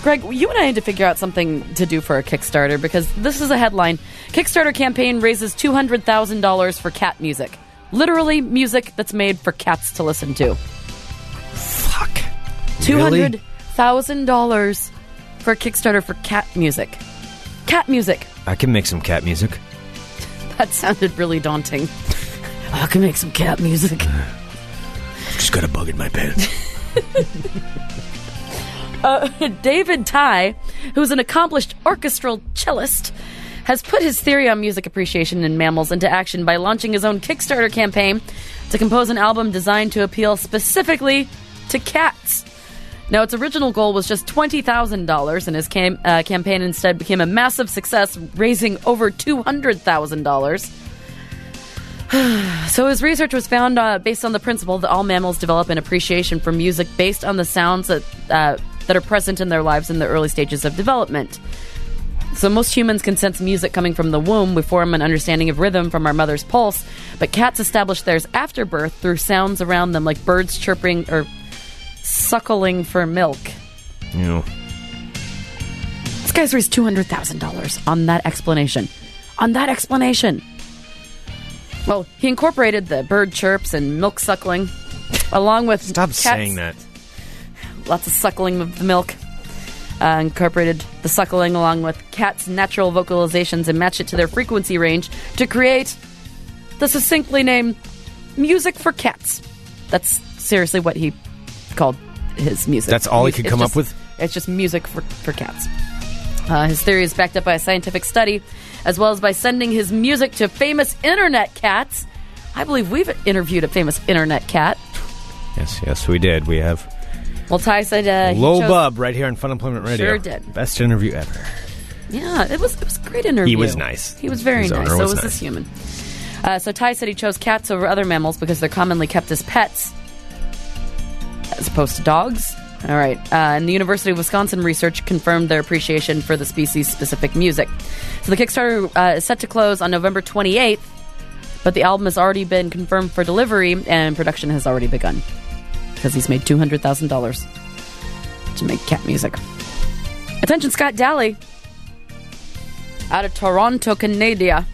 Speaker 7: Greg, you and I need to figure out something to do for a Kickstarter because this is a headline. Kickstarter campaign raises $200,000 for cat music. Literally, music that's made for cats to listen to.
Speaker 6: Fuck.
Speaker 7: Two
Speaker 6: Really?
Speaker 7: hundred thousand dollars for Kickstarter for cat music. Cat music.
Speaker 6: I can make some cat music.
Speaker 7: That sounded really daunting. [laughs] I can make some cat music.
Speaker 6: Just got a bug in
Speaker 7: [laughs]
Speaker 6: my pants.
Speaker 7: Uh, David Ty, who's an accomplished orchestral cellist, has put his theory on music appreciation in mammals into action by launching his own Kickstarter campaign to compose an album designed to appeal specifically to cats. Now, its original goal was just $20,000, and his cam- uh, campaign instead became a massive success, raising over $200,000. [sighs] So his research was found uh, based on the principle that all mammals develop an appreciation for music based on the sounds that uh, that are present in their lives in the early stages of development. So most humans can sense music coming from the womb. We form an understanding of rhythm from our mother's pulse, but cats establish theirs after birth through sounds around them, like birds chirping or suckling for milk.
Speaker 6: you know,
Speaker 7: This guy's raised two hundred thousand dollars on that explanation. On that explanation. Well, he incorporated the bird chirps and milk suckling, along with
Speaker 6: stop
Speaker 7: cats-
Speaker 6: saying that.
Speaker 7: Lots of suckling of the milk. Uh, incorporated the suckling along with cats' natural vocalizations and matched it to their frequency range to create the succinctly named "music for cats." That's seriously what he called his music.
Speaker 6: That's all he
Speaker 7: Mus-
Speaker 6: could
Speaker 7: it's
Speaker 6: come up
Speaker 7: just-
Speaker 6: with?
Speaker 7: It's just music for for cats. Uh, his theory is backed up by a scientific study, as well as by sending his music to famous internet cats. I believe we've interviewed a famous internet cat.
Speaker 6: Yes, yes, we did. We have
Speaker 7: Well, Ty said uh, he
Speaker 6: Low
Speaker 7: chose-
Speaker 6: Bub right here on Fun Employment Radio.
Speaker 7: Sure did.
Speaker 6: Best interview ever.
Speaker 7: Yeah, it was it was a great interview.
Speaker 6: He was nice.
Speaker 7: He was very
Speaker 6: His
Speaker 7: nice.
Speaker 6: owner
Speaker 7: So
Speaker 6: was
Speaker 7: was
Speaker 6: nice.
Speaker 7: this human. Uh, so Ty said he chose cats over other mammals because they're commonly kept as pets, as opposed to dogs. All right, uh, and the University of Wisconsin research confirmed their appreciation for the species-specific music. So the Kickstarter uh, is set to close on November 28th, but the album has already been confirmed for delivery and production has already begun because he's made two hundred thousand dollars to make cat music. Attention, Scott Daly out of Toronto, Canada.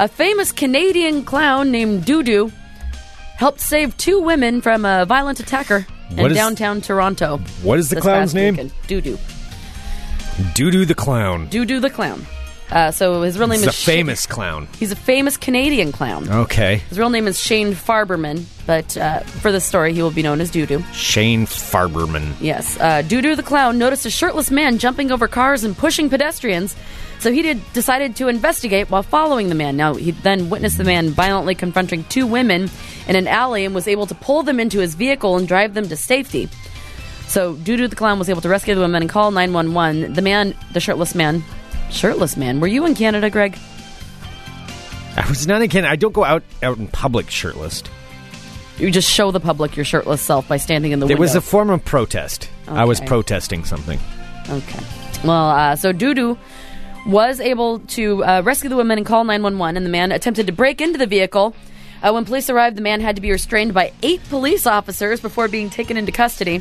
Speaker 7: A famous Canadian clown named Doodoo helped save two women from a violent attacker
Speaker 6: What
Speaker 7: in
Speaker 6: is-
Speaker 7: downtown Toronto.
Speaker 6: What is the
Speaker 7: this past
Speaker 6: clown's name?
Speaker 7: Weekend. Doodoo.
Speaker 6: Doo Doo the Clown.
Speaker 7: Doodoo the clown. Uh, so his real name is
Speaker 6: He's a
Speaker 7: Shane-
Speaker 6: famous Oh. clown.
Speaker 7: He's a famous Canadian clown.
Speaker 6: Okay.
Speaker 7: His real name is Shane Farberman, but uh, for this story, he will be known as Doodoo.
Speaker 6: Shane Farberman.
Speaker 7: Yes. Uh, Doodoo the clown noticed a shirtless man jumping over cars and pushing pedestrians, so he did, decided to investigate while following the man. Now, he then witnessed the man violently confronting two women in an alley and was able to pull them into his vehicle and drive them to safety. So, Doodoo the clown was able to rescue the women and call 911. The man, the shirtless man, shirtless man, were you in Canada, Greg?
Speaker 6: I was not again. I don't go out out in public shirtless.
Speaker 7: You just show the public your shirtless self by standing in the
Speaker 6: It
Speaker 7: window.
Speaker 6: was a form of protest. I was
Speaker 7: Okay.
Speaker 6: protesting something.
Speaker 7: Okay. Well, uh, so Doodoo was able to uh, rescue the women and call 911, and the man attempted to break into the vehicle. Uh, when police arrived, the man had to be restrained by eight police officers before being taken into custody.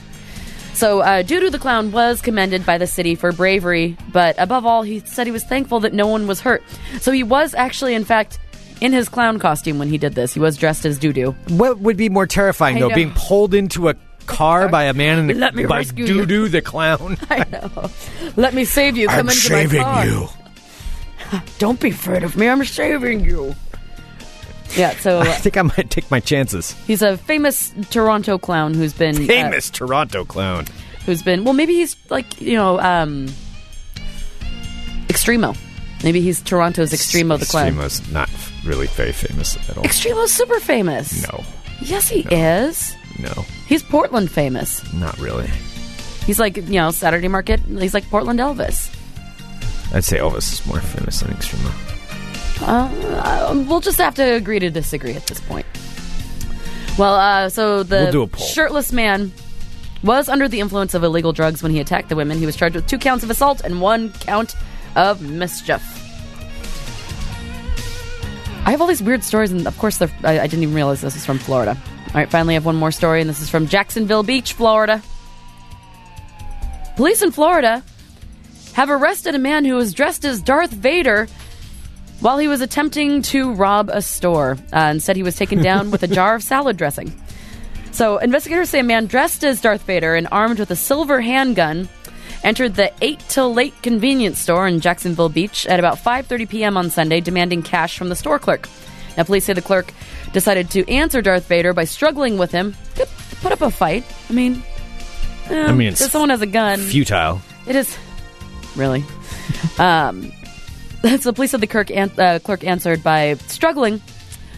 Speaker 7: So, uh, Doodoo the clown was commended by the city for bravery, but above all, he said he was thankful that no one was hurt. So, he was actually, in fact, in his clown costume when he did this. He was dressed as Doodoo.
Speaker 6: What would be more terrifying
Speaker 7: I
Speaker 6: though,
Speaker 7: know.
Speaker 6: being pulled into a car by a man in a,
Speaker 7: Let me
Speaker 6: by
Speaker 7: rescue you.
Speaker 6: Doo Doo the clown?
Speaker 7: [laughs] [laughs] I know. Let me save you. Come into my car. Don't be afraid of me. I'm saving you. Yeah, so
Speaker 6: [laughs]
Speaker 7: uh, [laughs]
Speaker 6: I think I might take my chances.
Speaker 7: he's a famous Toronto clown who's been uh,
Speaker 6: Famous Toronto clown.
Speaker 7: who's been well, maybe he's like you know, um, extremo. Maybe he's Toronto's extremo the clown. Extremo's,
Speaker 6: Extremo's not f- really very famous at all.
Speaker 7: super famous.
Speaker 6: no,
Speaker 7: Yes, he is.
Speaker 6: no,
Speaker 7: He's Portland famous.
Speaker 6: not really.
Speaker 7: He's like you know Saturday Market. He's like Portland Elvis.
Speaker 6: I'd say Elvis is more famous than Extremo.
Speaker 7: Um, we'll just have to agree to disagree at this point. Well, uh, so the
Speaker 6: We'll do a poll.
Speaker 7: shirtless man was under the influence of illegal drugs when he attacked the women. He was charged with two counts of assault and one count of mischief. I have all these weird stories, and of course, they're- I, I didn't even realize this is from Florida. All right, finally, I have one more story, and this is from Jacksonville Beach, Florida. Police in Florida have arrested a man who was dressed as Darth Vader while he was attempting to rob a store uh, and said he was taken down with a jar of salad dressing. So, investigators say a man dressed as Darth Vader and armed with a silver handgun entered the 8 till late convenience store in Jacksonville Beach at about 5:30 p.m. on Sunday demanding cash from the store clerk. Now, police say the clerk decided to answer Darth Vader by struggling with him, Yep, put up a fight. I mean, eh,
Speaker 6: I mean, it's
Speaker 7: if someone has a gun.
Speaker 6: Futile.
Speaker 7: It is really. um, [laughs] so the police said the clerk, an- uh, clerk answered by struggling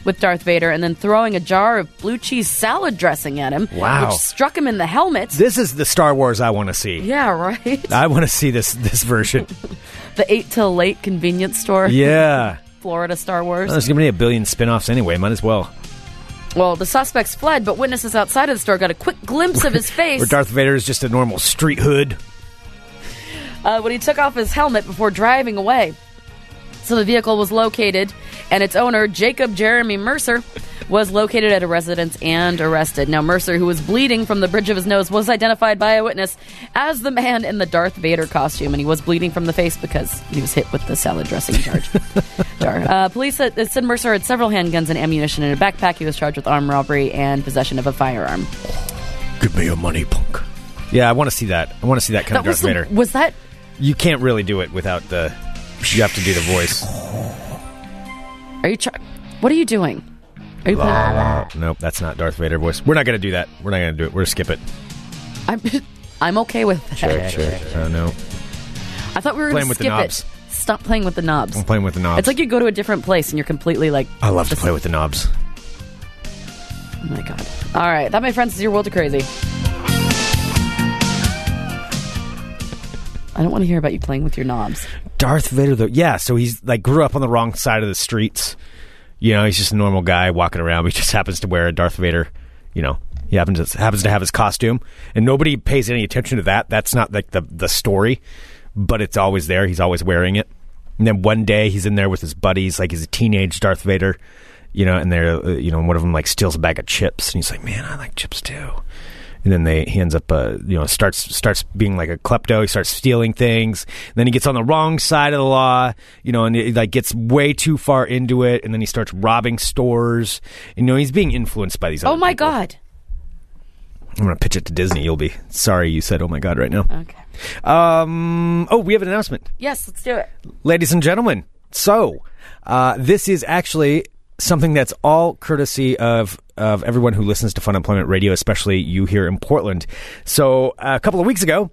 Speaker 7: with Darth Vader and then throwing a jar of blue cheese salad dressing at him.
Speaker 6: Wow.
Speaker 7: Which struck him in the helmet.
Speaker 6: This is the Star Wars I want to see.
Speaker 7: yeah, right.
Speaker 6: I want to see this
Speaker 7: [laughs]
Speaker 6: this version.
Speaker 7: The eight till late convenience store,
Speaker 6: yeah. Uh.
Speaker 7: Florida Star Wars.
Speaker 6: Well, there's going to be a billion spin offs anyway. Might as well.
Speaker 7: well, the suspects fled, but witnesses outside of the store got a quick glimpse of
Speaker 6: [laughs]
Speaker 7: his face
Speaker 6: Where Darth Vader is just a normal street hood.
Speaker 7: uh, when he took off his helmet before driving away. So the vehicle was located, and its owner, Jacob Jeremy Mercer, was located at a residence and arrested. Now, Mercer, who was bleeding from the bridge of his nose, was identified by a witness as the man in the Darth Vader costume, and he was bleeding from the face because he was hit with the salad dressing charge. jar. Uh, police said, said Mercer had several handguns and ammunition in a backpack. He was charged with armed robbery and possession of a firearm.
Speaker 6: Give me your money, punk. Yeah, I want to see that. I want to see that kind
Speaker 7: That
Speaker 6: of Darth
Speaker 7: was, the-
Speaker 6: Vader.
Speaker 7: was that
Speaker 6: You can't really do it without the. You have to do the voice.
Speaker 7: Are you? Try- what are you doing? Are you?
Speaker 6: Nope, that's not Darth Vader voice. We're not going to do that. We're not going to do it. We're going to skip it.
Speaker 7: I'm. [laughs] I'm okay with that.
Speaker 6: Oh, no.
Speaker 7: I thought we were
Speaker 6: Playing
Speaker 7: gonna
Speaker 6: with the
Speaker 7: skip
Speaker 6: knobs.
Speaker 7: It. Stop playing with the knobs.
Speaker 6: I'm playing with the knobs.
Speaker 7: It's like you go to a different place and you're completely like,
Speaker 6: I love to play with the knobs.
Speaker 7: oh my god. All right, that, my friends, is your world of crazy. I don't want to hear about you playing with your knobs.
Speaker 6: Darth Vader, though. Yeah, so he's like grew up on the wrong side of the streets. You know, he's just a normal guy walking around. [laughs] He just happens to wear a Darth Vader. You know, he happens to, happens to have his costume, and nobody pays any attention to that. That's not like the the story, but it's always there. He's always wearing it. And then one day he's in there with his buddies, like he's a teenage Darth Vader. You know, and they're uh, you know one of them like steals a bag of chips, and he's like, "Man, I like chips too." and then they he ends up uh, you know starts starts being like a klepto he starts stealing things and then he gets on the wrong side of the law you know and he like gets way too far into it and then he starts robbing stores you know he's being influenced by these
Speaker 7: Oh
Speaker 6: other
Speaker 7: my
Speaker 6: people.
Speaker 7: god.
Speaker 6: i'm gonna pitch it to disney you'll be sorry you said oh my god right now
Speaker 7: Okay.
Speaker 6: um oh we have an announcement
Speaker 7: Yes, let's do it.
Speaker 6: ladies and gentlemen. So, uh, this is actually something that's all courtesy of of everyone who listens to Fun Employment Radio, especially you here in Portland. So, a couple of weeks ago.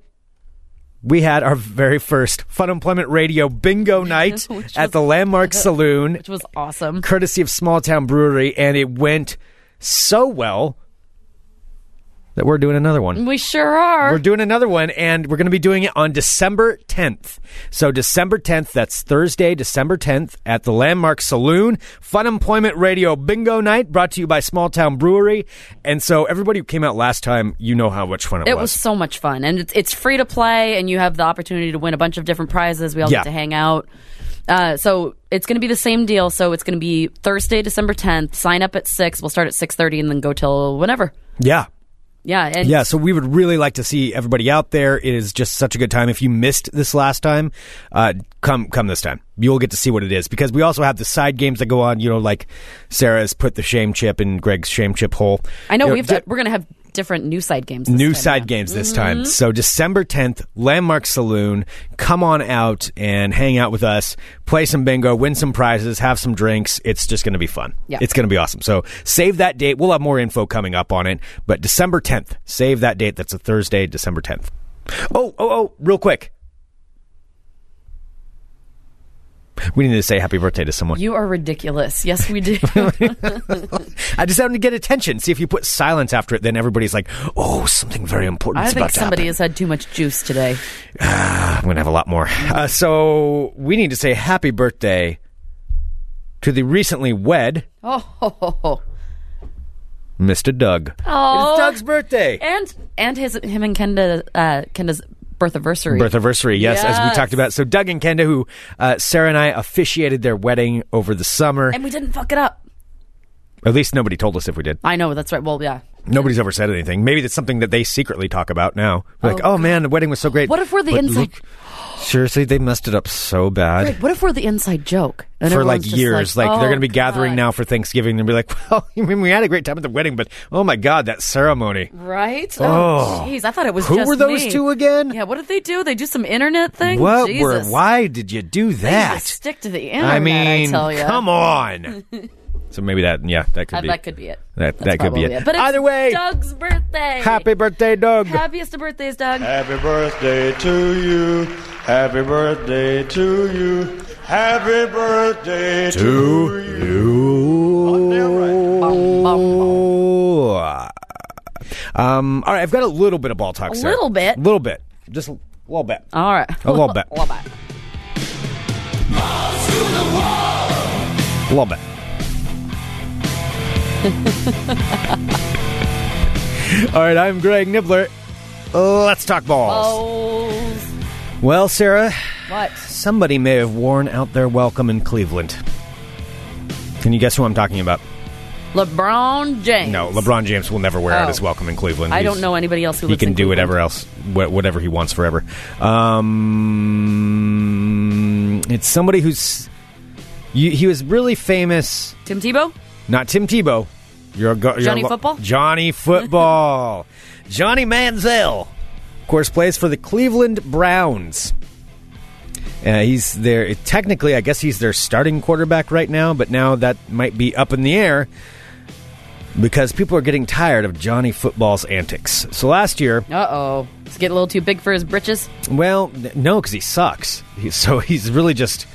Speaker 6: We had our very first Fun Employment Radio
Speaker 7: [laughs]
Speaker 6: bingo night
Speaker 7: Which
Speaker 6: at
Speaker 7: was-
Speaker 6: the Landmark Saloon
Speaker 7: Which was awesome.
Speaker 6: courtesy of Small Town Brewery, and it went so well that we're doing another one.
Speaker 7: We sure are.
Speaker 6: We're doing another one, and we're going to be doing it on December 10th. So, December 10th, that's Thursday, December 10th, at the Landmark Saloon, Fun Employment Radio Bingo Night, brought to you by Small Town Brewery. And so, everybody who came out last time, you know how much fun it,
Speaker 7: It was so much fun, and it's, it's free to play, and you have the opportunity to win a bunch of different prizes. We all
Speaker 6: Yeah.
Speaker 7: get to hang out. Uh, so it's going to be the same deal. So it's going to be Thursday, December tenth. Sign up at six. We'll start at six thirty, and then go till whenever.
Speaker 6: Yeah.
Speaker 7: Yeah, and
Speaker 6: Yeah, so we would really like to see everybody out there. It is just such a good time. If you missed this last time, uh, come come this time. You'll get to see what it is because we also have the side games that go on. You know, like Sarah's put the shame chip in Greg's shame chip hole.
Speaker 7: I know
Speaker 6: You
Speaker 7: we have
Speaker 6: that-
Speaker 7: to, we're going to have different new side games. This
Speaker 6: new
Speaker 7: time,
Speaker 6: side
Speaker 7: yeah. Mm-hmm.
Speaker 6: games this time. So December 10th, Landmark Saloon. Come on out and hang out with us. Play some bingo, win some prizes, have some drinks. It's just going to be fun.
Speaker 7: Yeah.
Speaker 6: It's going to be awesome. So save that date. We'll have more info coming up on it, but December 10th. Save that date. That's a Thursday, December 10th. Oh, oh, oh, real quick. We need to say happy birthday to someone.
Speaker 7: You are ridiculous. Yes, we
Speaker 6: [laughs]
Speaker 7: do.
Speaker 6: I just wanted to get attention. See if you put silence after it, then everybody's like, "Oh, something very important
Speaker 7: I
Speaker 6: is
Speaker 7: think
Speaker 6: about to happen."
Speaker 7: somebody has had too much juice today.
Speaker 6: I'm going to have a lot more. Uh, so we need to say happy birthday to the recently wed
Speaker 7: Oh, ho, ho, ho.
Speaker 6: Mr. Doug.
Speaker 7: oh,
Speaker 6: It's Doug's birthday.
Speaker 7: and and his him and Kenda uh, Kenda's birthiversary.
Speaker 6: Birth anniversary, yes, as we
Speaker 7: Yes.
Speaker 6: talked about. So Doug and Kenda, who uh, Sarah and I officiated their wedding over the summer.
Speaker 7: and we didn't fuck it up.
Speaker 6: At least nobody told us if we did.
Speaker 7: I know that's right. Well, yeah.
Speaker 6: Nobody's ever said anything. Maybe that's something that they secretly talk about now. Like, oh, man, the wedding was so great.
Speaker 7: What if we're the
Speaker 6: But
Speaker 7: inside?
Speaker 6: look, seriously, they messed it up so bad.
Speaker 7: Right, what if we're the inside joke and
Speaker 6: For
Speaker 7: everyone's
Speaker 6: like
Speaker 7: just
Speaker 6: years, like,
Speaker 7: oh,
Speaker 6: they're going to be gathering
Speaker 7: God.
Speaker 6: now for Thanksgiving and be like, [laughs] "Well, I mean, we had a great time at the wedding, but oh my god, that ceremony!
Speaker 7: Right?
Speaker 6: Oh.
Speaker 7: jeez, I thought it was.
Speaker 6: Who
Speaker 7: just
Speaker 6: were those
Speaker 7: me.
Speaker 6: two again?
Speaker 7: Yeah, what did they do? They do some internet thing.
Speaker 6: what
Speaker 7: Jesus.
Speaker 6: were? Why did you do
Speaker 7: They need to
Speaker 6: that?
Speaker 7: stick to the internet.
Speaker 6: I mean,
Speaker 7: I tell you,
Speaker 6: come
Speaker 7: [laughs]
Speaker 6: on. so maybe that, yeah, that could be.
Speaker 7: that could be it.
Speaker 6: That-
Speaker 7: That's
Speaker 6: that could be
Speaker 7: probably
Speaker 6: it.
Speaker 7: But it's
Speaker 6: Either way-
Speaker 7: Doug's birthday.
Speaker 6: Happy birthday, Doug.
Speaker 7: Happiest of birthdays, Doug.
Speaker 8: Happy birthday to you. Happy birthday to you. Happy birthday to,
Speaker 6: you. Um, all right, I've got a little bit of ball talk. Sarah.
Speaker 7: little bit?
Speaker 6: little bit, just a little bit.
Speaker 7: All right.
Speaker 6: A little bit.
Speaker 7: A little bit.
Speaker 6: A little bit. All right, I'm Greg Nibbler. Let's talk
Speaker 7: Oh.
Speaker 6: balls.
Speaker 7: Balls.
Speaker 6: Well, Sarah,
Speaker 7: What?
Speaker 6: somebody may have worn out their welcome in Cleveland. Can you guess who I'm talking about?
Speaker 7: LeBron James.
Speaker 6: No, LeBron James will never wear out
Speaker 7: Oh.
Speaker 6: his welcome in Cleveland.
Speaker 7: I don't
Speaker 6: He's-
Speaker 7: know anybody else who
Speaker 6: He
Speaker 7: lives
Speaker 6: can
Speaker 7: in
Speaker 6: do
Speaker 7: Cleveland.
Speaker 6: whatever else, wh- whatever he wants forever. Um, it's somebody who's you, he was really famous.
Speaker 7: Tim Tebow.
Speaker 6: Not Tim Tebow. You're a go- you're a
Speaker 7: Johnny
Speaker 6: lo-
Speaker 7: Football? [laughs]
Speaker 6: Johnny Football. Johnny Manziel, of course, plays for the Cleveland Browns. Uh, he's their technically, I guess he's their starting quarterback right now, but now that might be up in the air because people are getting tired of Johnny Football's antics. So last year,
Speaker 7: Uh oh. He's getting a little too big for his britches.
Speaker 6: well, n- no, because he sucks. He, so [laughs] he's really just.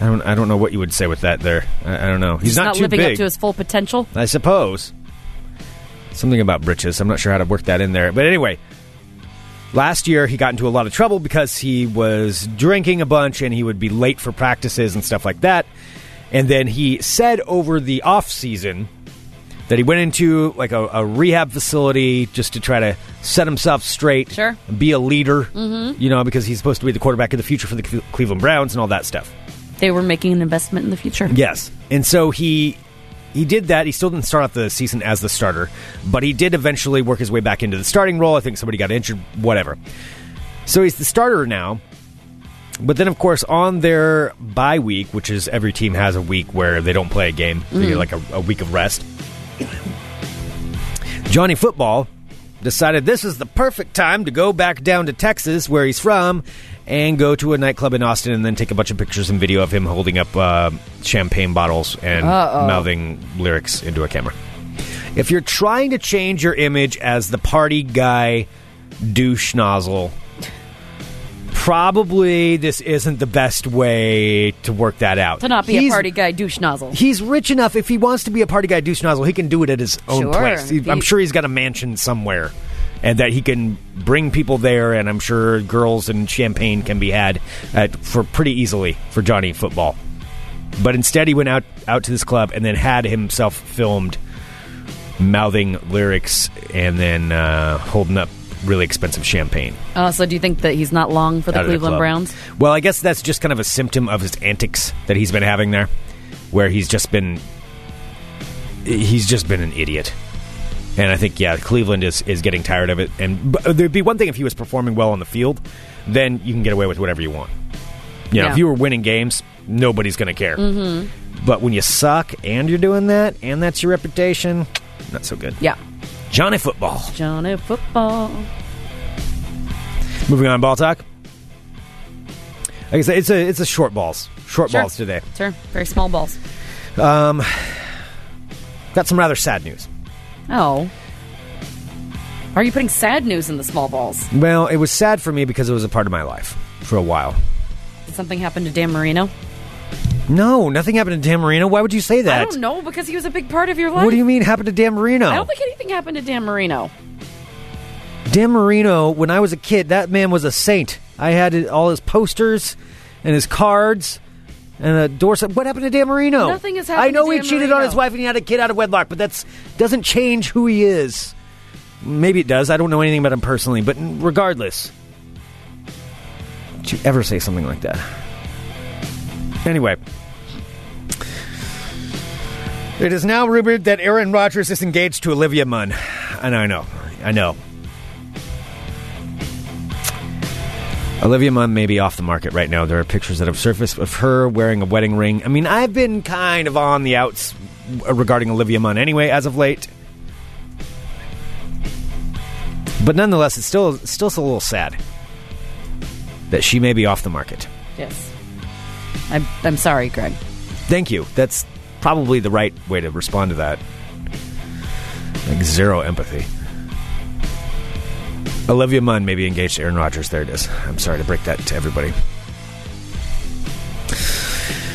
Speaker 6: I don't. I don't know what you would say with that. There, I, I don't know. He's,
Speaker 7: He's
Speaker 6: not,
Speaker 7: not
Speaker 6: too
Speaker 7: living
Speaker 6: big.
Speaker 7: up to his full potential.
Speaker 6: I suppose. Something about britches. I'm not sure how to work that in there. But anyway, last year he got into a lot of trouble because he was drinking a bunch and he would be late for practices and stuff like that. And then he said over the off season that he went into like a, a rehab facility just to try to set himself straight,
Speaker 7: Sure.
Speaker 6: be a leader, you know, because he's supposed to be the quarterback of the future for the Cle- Cleveland Browns and all that stuff.
Speaker 7: They were making an investment in the future.
Speaker 6: Yes, and so he he did that. He still didn't start off the season as the starter, but he did eventually work his way back into the starting role. I think somebody got injured, whatever. So he's the starter now. But then, of course, on their bye week, which is every team has a week where they don't play a game, they get like a, a week of rest. Johnny Football decided this is the perfect time to go back down to Texas, where he's from, and go to a nightclub in Austin and then take a bunch of pictures and video of him holding up uh, champagne bottles and mouthing lyrics into a camera. If you're trying to change your image as the party guy douche nozzle, probably this isn't the best way to work that out.
Speaker 7: To not be a
Speaker 6: He's-
Speaker 7: party guy douche nozzle.
Speaker 6: He's rich enough. If he wants to be a party guy, douche nozzle, he can do it at his own
Speaker 7: Sure.
Speaker 6: place. He- I'm sure he's got a mansion somewhere, and that he can bring people there. And I'm sure girls and champagne can be had at, for pretty easily for Johnny Football. But instead, he went out out to this club and then had himself filmed mouthing lyrics and then uh, holding up really expensive champagne.
Speaker 7: Uh, so do you think that he's not long for the
Speaker 6: out of
Speaker 7: Cleveland
Speaker 6: club.
Speaker 7: Browns?
Speaker 6: Well, I guess that's just kind of a symptom of his antics that he's been having there, where he's just been he's just been an idiot. And I think yeah, Cleveland is is getting tired of it. And but there'd be one thing if he was performing well on the field, then you can get away with whatever you want. You know,
Speaker 7: Yeah.
Speaker 6: if you were winning games, nobody's going to care. Mm-hmm. But when you suck and you're doing that, and that's your reputation, not so good.
Speaker 7: Yeah.
Speaker 6: Johnny Football.
Speaker 7: Johnny Football.
Speaker 6: Moving on, ball talk. Like I said, it's a it's a short balls, short
Speaker 7: Sure.
Speaker 6: balls today.
Speaker 7: Sure. Very small balls.
Speaker 6: Got some rather sad news.
Speaker 7: Oh. Are you putting sad news in the small balls?
Speaker 6: Well, it was sad for me because it was a part of my life for a while.
Speaker 7: Did something happen to Dan Marino?
Speaker 6: No, nothing happened to Dan Marino. Why would you say that?
Speaker 7: I don't know because he was a big part of your life.
Speaker 6: What do you mean happened to Dan Marino?
Speaker 7: I don't think anything happened to Dan Marino.
Speaker 6: Dan Marino, when I was a kid, that man was a saint. I had all his posters and his cards and a door. set. What happened to Dan Marino?
Speaker 7: Nothing has happened
Speaker 6: I know
Speaker 7: to
Speaker 6: he
Speaker 7: Dan
Speaker 6: cheated on
Speaker 7: Marino.
Speaker 6: his wife and he had a kid out of wedlock, but that's doesn't change who he is. Maybe it does. I don't know anything about him personally, but regardless, Did you ever say something like that? Anyway. It is now rumored that Aaron Rodgers is engaged to Olivia Munn. I know, I know, I know. Olivia Munn may be off the market right now. There are pictures that have surfaced of her wearing a wedding ring. I mean, I've been kind of on the outs uh, regarding Olivia Munn anyway as of late. But nonetheless, it's still still a little sad that she may be off the market.
Speaker 7: Yes. I'm, I'm sorry, Greg.
Speaker 6: Thank you. That's probably the right way to respond to that. Like zero empathy. Olivia Munn may be engaged to Aaron Rodgers. There it is. I'm sorry to break that to everybody. [sighs]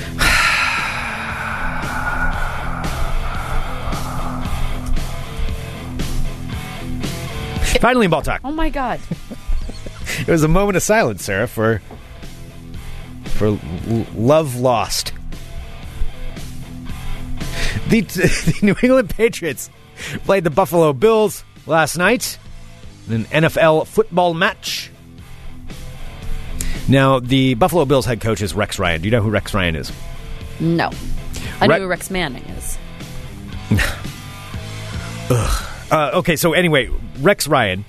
Speaker 6: Finally, in ball talk.
Speaker 7: Oh my
Speaker 6: [laughs]
Speaker 7: God.
Speaker 6: It was a moment of silence, Sarah, for for l- l- love lost. The, [laughs] the New England Patriots played the Buffalo Bills last night in an NFL football match. Now, the Buffalo Bills head coach is Rex Ryan. Do you know who Rex Ryan is?
Speaker 7: No. I
Speaker 6: Re-
Speaker 7: know who Rex Manning is.
Speaker 6: Uh, okay, so anyway, Rex Ryan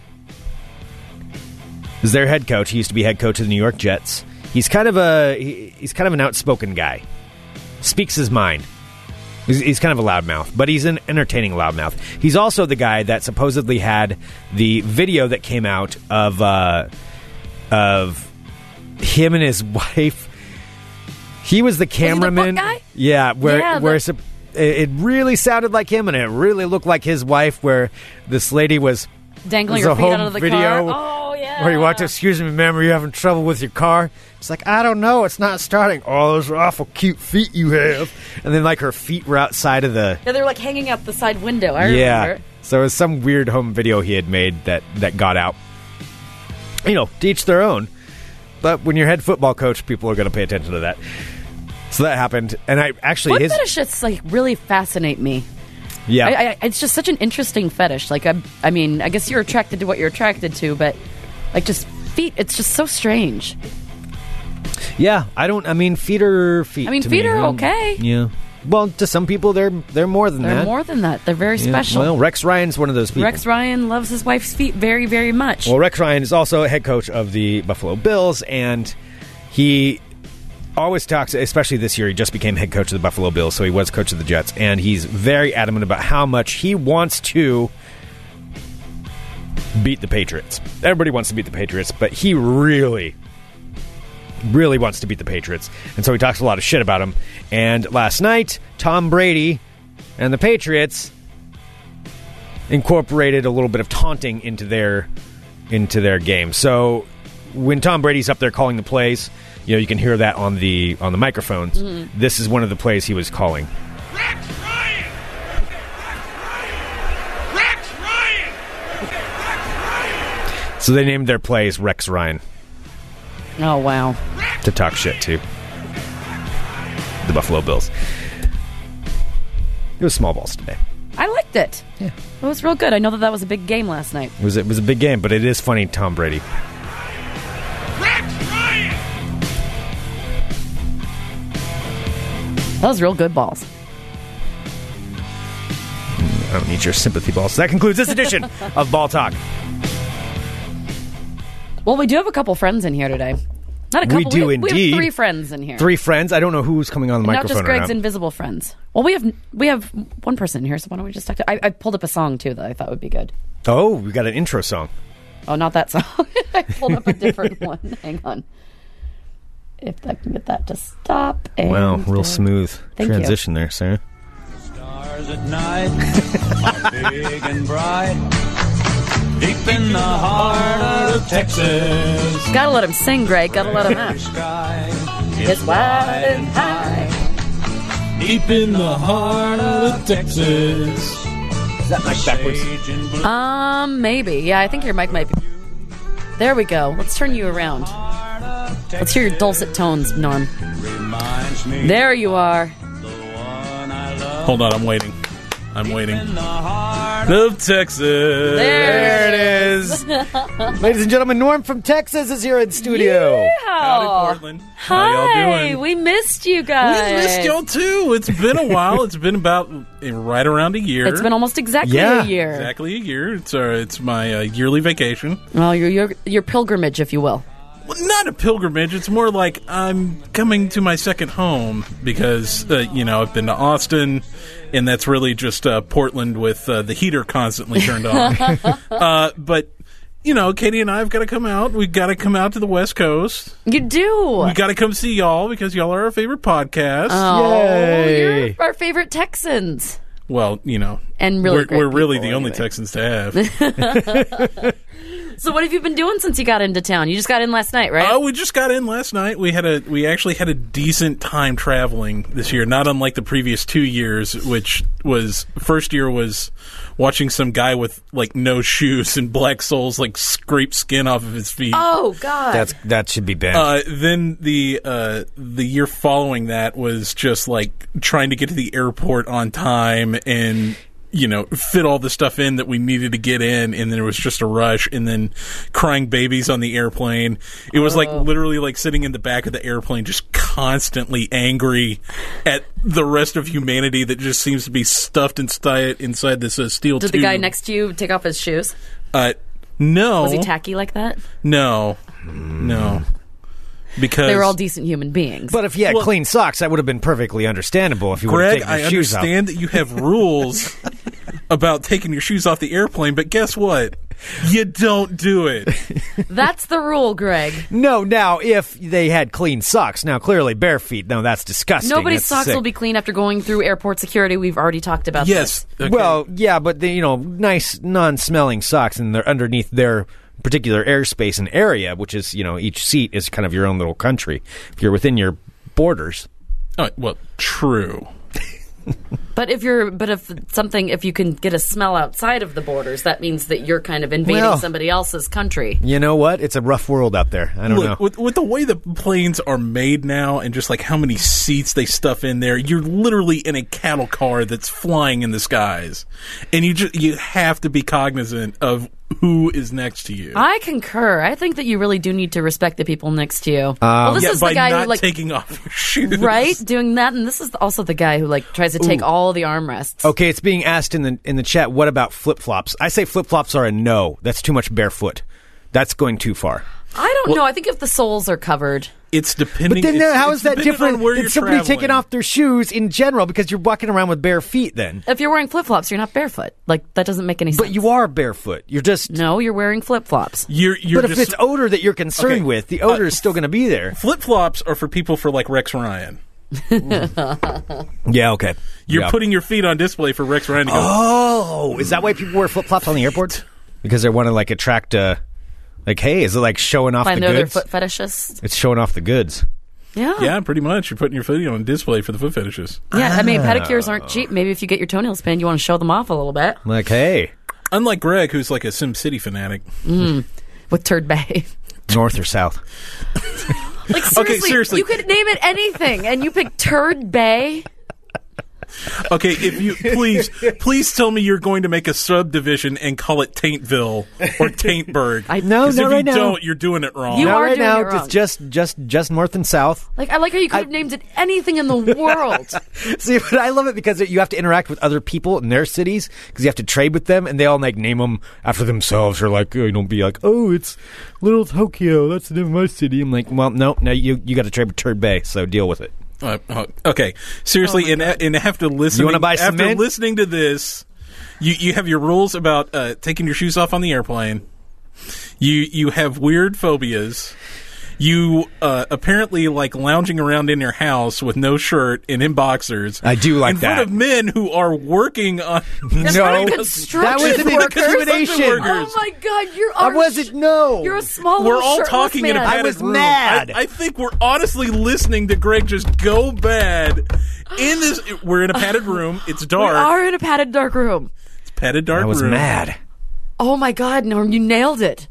Speaker 6: is their head coach. He used to be head coach of the New York Jets. He's kind of a he, he's kind of an outspoken guy. Speaks his mind. He's, he's kind of a loudmouth, but he's an entertaining loudmouth. He's also the guy that supposedly had the video that came out of uh, of him and his [laughs] wife. He was the cameraman.
Speaker 7: guy?
Speaker 6: Yeah, where
Speaker 7: Yeah,
Speaker 6: where
Speaker 7: the-
Speaker 6: sup- it it really sounded like him, and it really looked like his wife. Where this lady was
Speaker 7: Dangling
Speaker 6: There's
Speaker 7: your
Speaker 6: a
Speaker 7: feet out
Speaker 6: home
Speaker 7: of the
Speaker 6: video
Speaker 7: car. Oh, yeah.
Speaker 6: where you walked, excuse me, ma'am, are you having trouble with your car? It's like, I don't know, it's not starting. Oh, those are awful cute feet you have. And then, like, her feet were outside of the.
Speaker 7: Yeah, they were like hanging out the side window. I
Speaker 6: Yeah.
Speaker 7: remember.
Speaker 6: So it was some weird home video he had made that, that got out. You know, to each their own. But when you're head football coach, people are going to pay attention to that. So that happened. And I actually,
Speaker 7: Foot
Speaker 6: his.
Speaker 7: fetishists like really fascinate me.
Speaker 6: yeah.
Speaker 7: I, I, it's just such an interesting fetish. Like, I, I mean, I guess you're attracted to what you're attracted to, but like just feet, it's just so strange.
Speaker 6: Yeah, I don't. I mean, feet are feet.
Speaker 7: I mean,
Speaker 6: to
Speaker 7: feet
Speaker 6: me.
Speaker 7: are
Speaker 6: I don't-
Speaker 7: okay.
Speaker 6: Yeah. Well, to some people, they're they're more than
Speaker 7: They're
Speaker 6: that.
Speaker 7: more than that. They're very
Speaker 6: Yeah.
Speaker 7: special.
Speaker 6: Well, Rex Ryan's one of those people.
Speaker 7: Rex Ryan loves his wife's feet very, very much.
Speaker 6: Well, Rex Ryan is also head coach of the Buffalo Bills, and he always talks, especially this year, he just became head coach of the Buffalo Bills, so he was coach of the Jets, and he's very adamant about how much he wants to beat the Patriots. Everybody wants to beat the Patriots, but he really, really wants to beat the Patriots, and so he talks a lot of shit about him. And last night, Tom Brady and the Patriots incorporated a little bit of taunting into their into their game. So when Tom Brady's up there calling the plays, you know you can hear that on the on the microphones. This is one of the plays he was calling.
Speaker 9: Rex Ryan! Rex Ryan!
Speaker 6: So they named their plays Rex Ryan
Speaker 7: oh wow,
Speaker 6: to talk shit to the Buffalo Bills. It was small balls today.
Speaker 7: I liked it. Yeah, it was real good. I know that that was a big game last night.
Speaker 6: It was it was a big game, but it is funny Tom Brady.
Speaker 9: Rex Ryan!
Speaker 7: That was real good balls.
Speaker 6: I don't need your sympathy balls. That concludes this [laughs] edition of Ball Talk.
Speaker 7: Well, we do have a couple friends in here today. Not a couple.
Speaker 6: We do
Speaker 7: have- We
Speaker 6: indeed.
Speaker 7: have three friends in here.
Speaker 6: Three friends. I don't know who's coming on the
Speaker 7: Not
Speaker 6: microphone
Speaker 7: just
Speaker 6: or
Speaker 7: Greg's
Speaker 6: not.
Speaker 7: invisible friends. Well, we have we have one person in here, so why don't we just talk to? I, I pulled up a song too that I thought would be good.
Speaker 6: oh, we got an intro song.
Speaker 7: Oh, not that [laughs] song. I pulled up a different one. Hang on. If I can get that to stop. And
Speaker 6: Wow, real smooth
Speaker 7: Thank you.
Speaker 6: transition there, Sarah.
Speaker 10: Stars at night are big and bright. Deep in the heart of Texas,
Speaker 7: Gotta let him sing, Greg. Gotta let him
Speaker 10: the
Speaker 7: out.
Speaker 10: sky
Speaker 7: It's wide and high.
Speaker 10: deep in the heart of Texas.
Speaker 6: That mic backwards.
Speaker 10: Sage and blue
Speaker 7: Um, maybe. Yeah, I think your mic might be. There we go. Let's turn you around.
Speaker 10: heart of
Speaker 7: Let's hear your
Speaker 10: Texas
Speaker 7: dulcet tones, Norm.
Speaker 10: Reminds me
Speaker 7: There you are.
Speaker 10: the one I love.
Speaker 11: Hold on, I'm waiting. I'm waiting.
Speaker 10: In the heart of Texas.
Speaker 7: There
Speaker 6: There
Speaker 7: [laughs]
Speaker 6: it is. Ladies and gentlemen, Norm from Texas is here in studio.
Speaker 10: Howdy,
Speaker 7: Wow.
Speaker 10: Portland. How y'all
Speaker 7: Hi,
Speaker 10: doing?
Speaker 7: we missed you guys.
Speaker 10: We missed y'all too. It's been a while. It's been about eh, right around a year.
Speaker 7: It's been almost exactly
Speaker 6: Yeah.
Speaker 7: a year.
Speaker 10: exactly a year. It's uh, it's my uh, yearly vacation.
Speaker 7: Well, your, your your pilgrimage, if you will.
Speaker 10: Well, not a pilgrimage. It's more like I'm coming to my second home because uh, you know I've been to Austin, and that's really just uh, Portland with uh, the heater constantly turned on.
Speaker 7: [laughs]
Speaker 10: uh, but you know, Katie and I have got to come out. We've got to come out to the West Coast.
Speaker 7: You do.
Speaker 10: We got to come see y'all because y'all are our favorite podcast.
Speaker 7: Oh,
Speaker 6: Yay.
Speaker 7: you're our favorite Texans.
Speaker 10: well, you know,
Speaker 7: And really
Speaker 10: we're,
Speaker 7: great
Speaker 10: we're really
Speaker 7: people,
Speaker 10: the only
Speaker 7: anyway.
Speaker 10: Texans to have.
Speaker 7: So, what have you been doing since you got into town? You just got in last night, right?
Speaker 10: Oh, we just got in last night. We had a we actually had a decent time traveling this year, not unlike the previous two years, which was first year was watching some guy with like no [laughs] shoes and black soles like scrape skin off of his feet.
Speaker 7: Oh, God.
Speaker 6: That's that should be banned.
Speaker 10: Uh, then the uh, the year following that was just like trying to get to the airport on time and you know fit all the stuff in that we needed to get in and then it was just a rush and then crying babies on the airplane it was
Speaker 7: Oh.
Speaker 10: like literally like sitting in the back of the airplane just constantly angry at the rest of humanity that just seems to be stuffed inside inside this uh, steel
Speaker 7: Did the
Speaker 10: tube.
Speaker 7: guy next to you take off his shoes?
Speaker 10: uh, no
Speaker 7: Was he tacky like that?
Speaker 10: no no because
Speaker 7: They were all decent human beings.
Speaker 6: but if you had clean socks, that would have been perfectly understandable if you would have
Speaker 10: Greg,
Speaker 6: taken your
Speaker 10: I
Speaker 6: shoes off.
Speaker 10: understand that you
Speaker 6: [laughs]
Speaker 10: have rules about taking your shoes off the airplane, but guess what? You don't
Speaker 6: [laughs]
Speaker 10: do it.
Speaker 7: That's the rule, Greg.
Speaker 6: No, now if they had clean socks, now clearly bare feet. No, that's disgusting.
Speaker 7: Nobody's
Speaker 6: That's
Speaker 7: socks
Speaker 6: sick.
Speaker 7: will be clean after going through airport security. We've already talked about
Speaker 10: Yes. okay.
Speaker 6: Well, yeah, but they, you know, nice non-smelling socks, and they're underneath their particular airspace and area, which is you know each seat is kind of your own little country. If you're within your borders,
Speaker 10: Oh, well, true.
Speaker 7: this. But if you're, but if something, if you can get a smell outside of the borders, that means that you're kind of invading
Speaker 6: Well-
Speaker 7: somebody else's country.
Speaker 6: you know what? It's a rough world out there. I don't
Speaker 10: Look,
Speaker 6: know.
Speaker 10: with, with the way the planes are made now and just like how many seats they stuff in there, you're literally in a cattle car that's flying in the skies. And you just you have to be cognizant of who is next to you.
Speaker 7: I concur. I think that you really do need to respect the people next to you.
Speaker 6: Um,
Speaker 7: well, this
Speaker 10: yeah,
Speaker 7: is
Speaker 10: by
Speaker 7: the guy
Speaker 10: not
Speaker 7: who like
Speaker 10: taking off your
Speaker 7: [laughs]
Speaker 10: shoes.
Speaker 7: right doing that, and this is also the guy who like tries to take all the armrests.
Speaker 6: Okay, it's being asked in the in the chat. What about flip flops? I say flip flops are a no. That's too much barefoot. That's going too far.
Speaker 7: I don't know. I think if the soles are covered,
Speaker 10: It's depending
Speaker 6: But then,
Speaker 10: it's-
Speaker 6: how
Speaker 10: it's
Speaker 6: is that
Speaker 10: dependent
Speaker 6: different
Speaker 10: on where
Speaker 6: than
Speaker 10: you're
Speaker 6: somebody taking
Speaker 10: traveling.
Speaker 6: off their shoes in general? Because you're walking around with bare feet, then.
Speaker 7: if you're wearing flip flops, you're not barefoot. Like that doesn't make any sense.
Speaker 6: But you are barefoot. You're just.
Speaker 7: No, you're wearing flip flops.
Speaker 10: You're, you're
Speaker 6: But if
Speaker 10: just,
Speaker 6: it's odor that you're concerned
Speaker 10: Okay. Uh,
Speaker 6: with, the odor is still going to be there.
Speaker 10: flip flops are for people for like Rex Ryan.
Speaker 6: Yeah. Okay.
Speaker 10: You're
Speaker 6: Yeah.
Speaker 10: putting your feet on display for Rex Ryan to go.
Speaker 6: Oh, is that why people wear flip flops on the airports? Because they want to like attract. Uh, like, hey, is it like showing off
Speaker 7: Find
Speaker 6: the
Speaker 7: their other
Speaker 6: goods?
Speaker 7: foot fetishists.
Speaker 6: It's showing off the goods.
Speaker 7: Yeah.
Speaker 10: Yeah, pretty much. You're putting your feet on display for the foot fetishes.
Speaker 7: Yeah, I mean, pedicures
Speaker 6: Oh.
Speaker 7: aren't cheap. Maybe if you get your toenails pinned, you want to show them off a little bit
Speaker 6: Like, hey,
Speaker 10: Unlike Greg, who's like a Sim City fanatic.
Speaker 7: with Turd [laughs] Bay.
Speaker 6: north or south?
Speaker 7: like, seriously,
Speaker 10: seriously.
Speaker 7: You could name it anything, and you pick Turd Bay.
Speaker 10: Okay, if
Speaker 6: [laughs]
Speaker 10: you please, please tell me you're going to make a subdivision and call it Taintville
Speaker 6: [laughs]
Speaker 10: or Taintburg.
Speaker 7: I-
Speaker 6: No,
Speaker 10: 'Cause
Speaker 6: not
Speaker 10: if
Speaker 6: right
Speaker 10: you
Speaker 6: now.
Speaker 10: don't, you're doing it wrong.
Speaker 7: You
Speaker 6: Not
Speaker 7: are
Speaker 6: right
Speaker 7: doing
Speaker 6: now.
Speaker 7: it wrong.
Speaker 6: It's just, just, just north and south. [laughs]
Speaker 7: Like, I like how you could have named it anything
Speaker 10: [laughs]
Speaker 7: in the world.
Speaker 6: See, but I love it because you have to interact with other people in their cities because you have to trade with them, and they all like name them after themselves, or like uh, you know, be like, "Oh, it's Little Tokyo. That's the name of my city." I'm like, "Well, no, no, you you got to trade with Turd Bay, so deal with it."
Speaker 10: Uh, uh, okay,
Speaker 7: Oh
Speaker 10: seriously, and and after listening,
Speaker 6: wanna buy
Speaker 10: after
Speaker 6: cement?
Speaker 10: listening to this, you you have your rules about uh, taking your shoes off on the airplane. You you have weird phobias. You uh, apparently like lounging around in your house with no shirt and in boxers.
Speaker 6: I do like
Speaker 10: in front
Speaker 6: that.
Speaker 10: of men who are
Speaker 7: [laughs]
Speaker 10: working on.
Speaker 7: front of
Speaker 6: that
Speaker 7: construction
Speaker 6: was an
Speaker 7: workers.
Speaker 6: intimidation.
Speaker 10: Construction
Speaker 7: oh my God, you're.
Speaker 6: I
Speaker 7: our-
Speaker 6: wasn't. No,
Speaker 7: You're a small.
Speaker 10: [laughs] We're
Speaker 7: little
Speaker 10: all
Speaker 7: shirtless
Speaker 10: talking in a
Speaker 7: man.
Speaker 10: padded
Speaker 6: was
Speaker 10: room.
Speaker 6: mad.
Speaker 10: I, I think we're honestly listening to Greg just go bad. In this, we're in a padded room. It's
Speaker 7: We
Speaker 10: dark.
Speaker 7: are in a padded dark room.
Speaker 10: padded dark
Speaker 6: I was
Speaker 10: room.
Speaker 6: mad.
Speaker 7: Oh my God, Norm, you nailed it.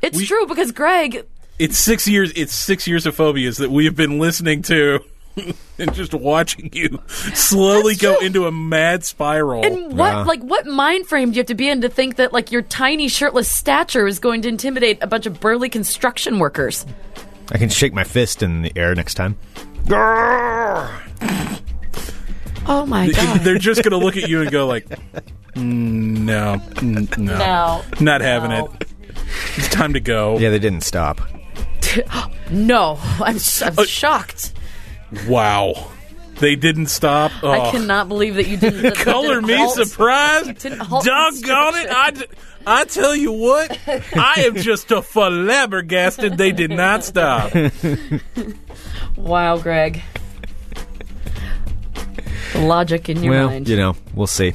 Speaker 7: It's
Speaker 10: We-
Speaker 7: true because Greg
Speaker 10: It's six years. It's six years of phobias that we have been listening to. [laughs] and just watching you slowly
Speaker 7: That's
Speaker 10: go
Speaker 7: true.
Speaker 10: into a mad spiral.
Speaker 7: And what
Speaker 6: Yeah.
Speaker 7: like what mind frame do you have to be in to think that like your tiny shirtless stature is going to intimidate a bunch of burly construction workers?
Speaker 6: I can shake my fist in the air next time.
Speaker 7: Oh
Speaker 10: [laughs]
Speaker 7: my god.
Speaker 10: They're just going to look at you and go like, "Mm, "No, mm, no,
Speaker 7: No.
Speaker 10: not having
Speaker 7: No.
Speaker 10: it. It's time to go."
Speaker 6: Yeah, they didn't stop.
Speaker 7: No, I'm, s- I'm
Speaker 10: Uh,
Speaker 7: shocked.
Speaker 10: Wow, they didn't stop.
Speaker 7: I
Speaker 10: Oh.
Speaker 7: cannot believe that you
Speaker 10: [laughs]
Speaker 7: didn't. that they
Speaker 10: Color
Speaker 7: didn't
Speaker 10: me
Speaker 7: halt.
Speaker 10: surprised.
Speaker 7: didn't halt
Speaker 10: Doggone it! I, d- I tell you what, I
Speaker 7: [laughs]
Speaker 10: am just a flabbergasted. They did not stop.
Speaker 7: Wow, Greg. The Logic in your
Speaker 6: well,
Speaker 7: mind. Mm-hmm.
Speaker 6: you know, we'll see.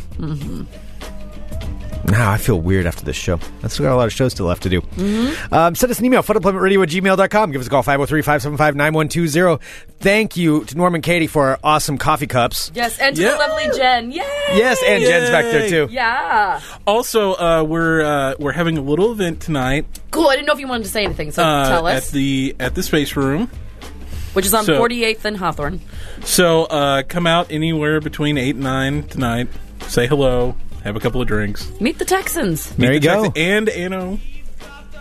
Speaker 6: Now I feel weird after this show. I still got a lot of shows still left to do.
Speaker 7: Mm-hmm.
Speaker 6: Um, send us an email, funemploymentradio at gmail.com. Give us a call, 503-575-9120. Thank you to Norman Katie for our awesome coffee cups.
Speaker 7: Yes, and to
Speaker 10: Yeah.
Speaker 7: the lovely Jen. Yay!
Speaker 6: Yes, and Jen's back there, too.
Speaker 7: Yeah.
Speaker 10: Also, uh, we're uh, we're having a little event tonight
Speaker 7: Cool. I didn't know if you wanted to say anything, so
Speaker 10: uh,
Speaker 7: tell
Speaker 10: at
Speaker 7: us.
Speaker 10: the at the space room.
Speaker 7: which is on
Speaker 10: so-
Speaker 7: 48th and Hawthorne.
Speaker 10: So uh, come out anywhere between eight and nine tonight. Say hello. Have a couple of drinks.
Speaker 7: Meet the Texans.
Speaker 6: There you
Speaker 10: The
Speaker 6: go.
Speaker 10: Texas- And Anno,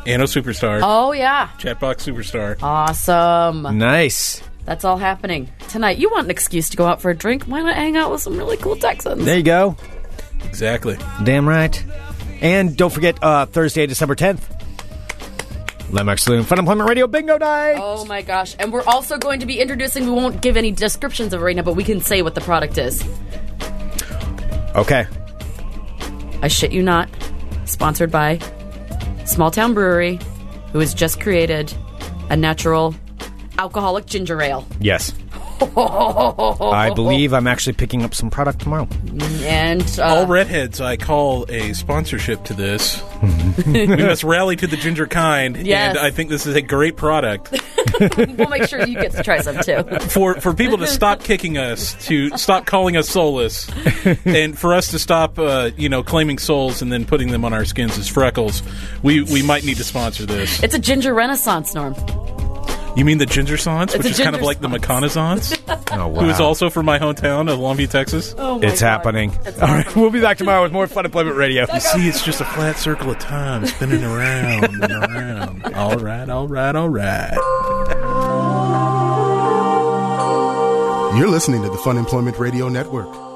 Speaker 10: Anno superstar,
Speaker 7: Oh yeah.
Speaker 10: chatbox superstar.
Speaker 7: Awesome.
Speaker 6: Nice.
Speaker 7: That's all happening tonight. You want an excuse to go out for a drink? Why not hang out with some really cool Texans?
Speaker 6: There you go.
Speaker 10: Exactly.
Speaker 6: Damn right. And don't forget uh, Thursday, December 10th. Landmark Saloon Fun Employment Radio Bingo Night.
Speaker 7: Oh my gosh. And we're also going to be introducing, we won't give any descriptions of it right now, but we can say what the product is. Oh.
Speaker 6: Okay.
Speaker 7: I shit you not. Sponsored by Small Town Brewery, who has just created a natural alcoholic ginger ale. [laughs]
Speaker 6: Yes.
Speaker 7: Oh,
Speaker 6: I believe I'm actually picking up some product tomorrow.
Speaker 7: And
Speaker 10: All
Speaker 7: uh,
Speaker 10: redheads, I call a sponsorship to
Speaker 7: [laughs]
Speaker 10: this. we must rally to the ginger kind,
Speaker 7: Yes.
Speaker 10: and I think this is a great product
Speaker 7: we'll make sure you get to try some too.
Speaker 10: for for people to
Speaker 7: [laughs]
Speaker 10: stop kicking us, to stop calling us soulless, and for us to stop, uh, you know, claiming souls and then putting them on our skins as freckles. We we might need to sponsor this.
Speaker 7: It's a ginger renaissance, Norm.
Speaker 10: You mean the ginger sauce, which
Speaker 7: a
Speaker 10: is kind of
Speaker 7: ginger
Speaker 10: like the McConnaissance,
Speaker 7: [laughs]
Speaker 6: Oh, wow.
Speaker 10: who is also from my hometown of Longview, Texas.
Speaker 7: Oh my
Speaker 6: It's
Speaker 7: God.
Speaker 6: happening. All right, we'll be back tomorrow with more Fun Employment Radio.
Speaker 10: See, it's just a flat circle of time spinning around and around. All right, all right, all right.
Speaker 1: You're listening to the Fun Employment Radio Network.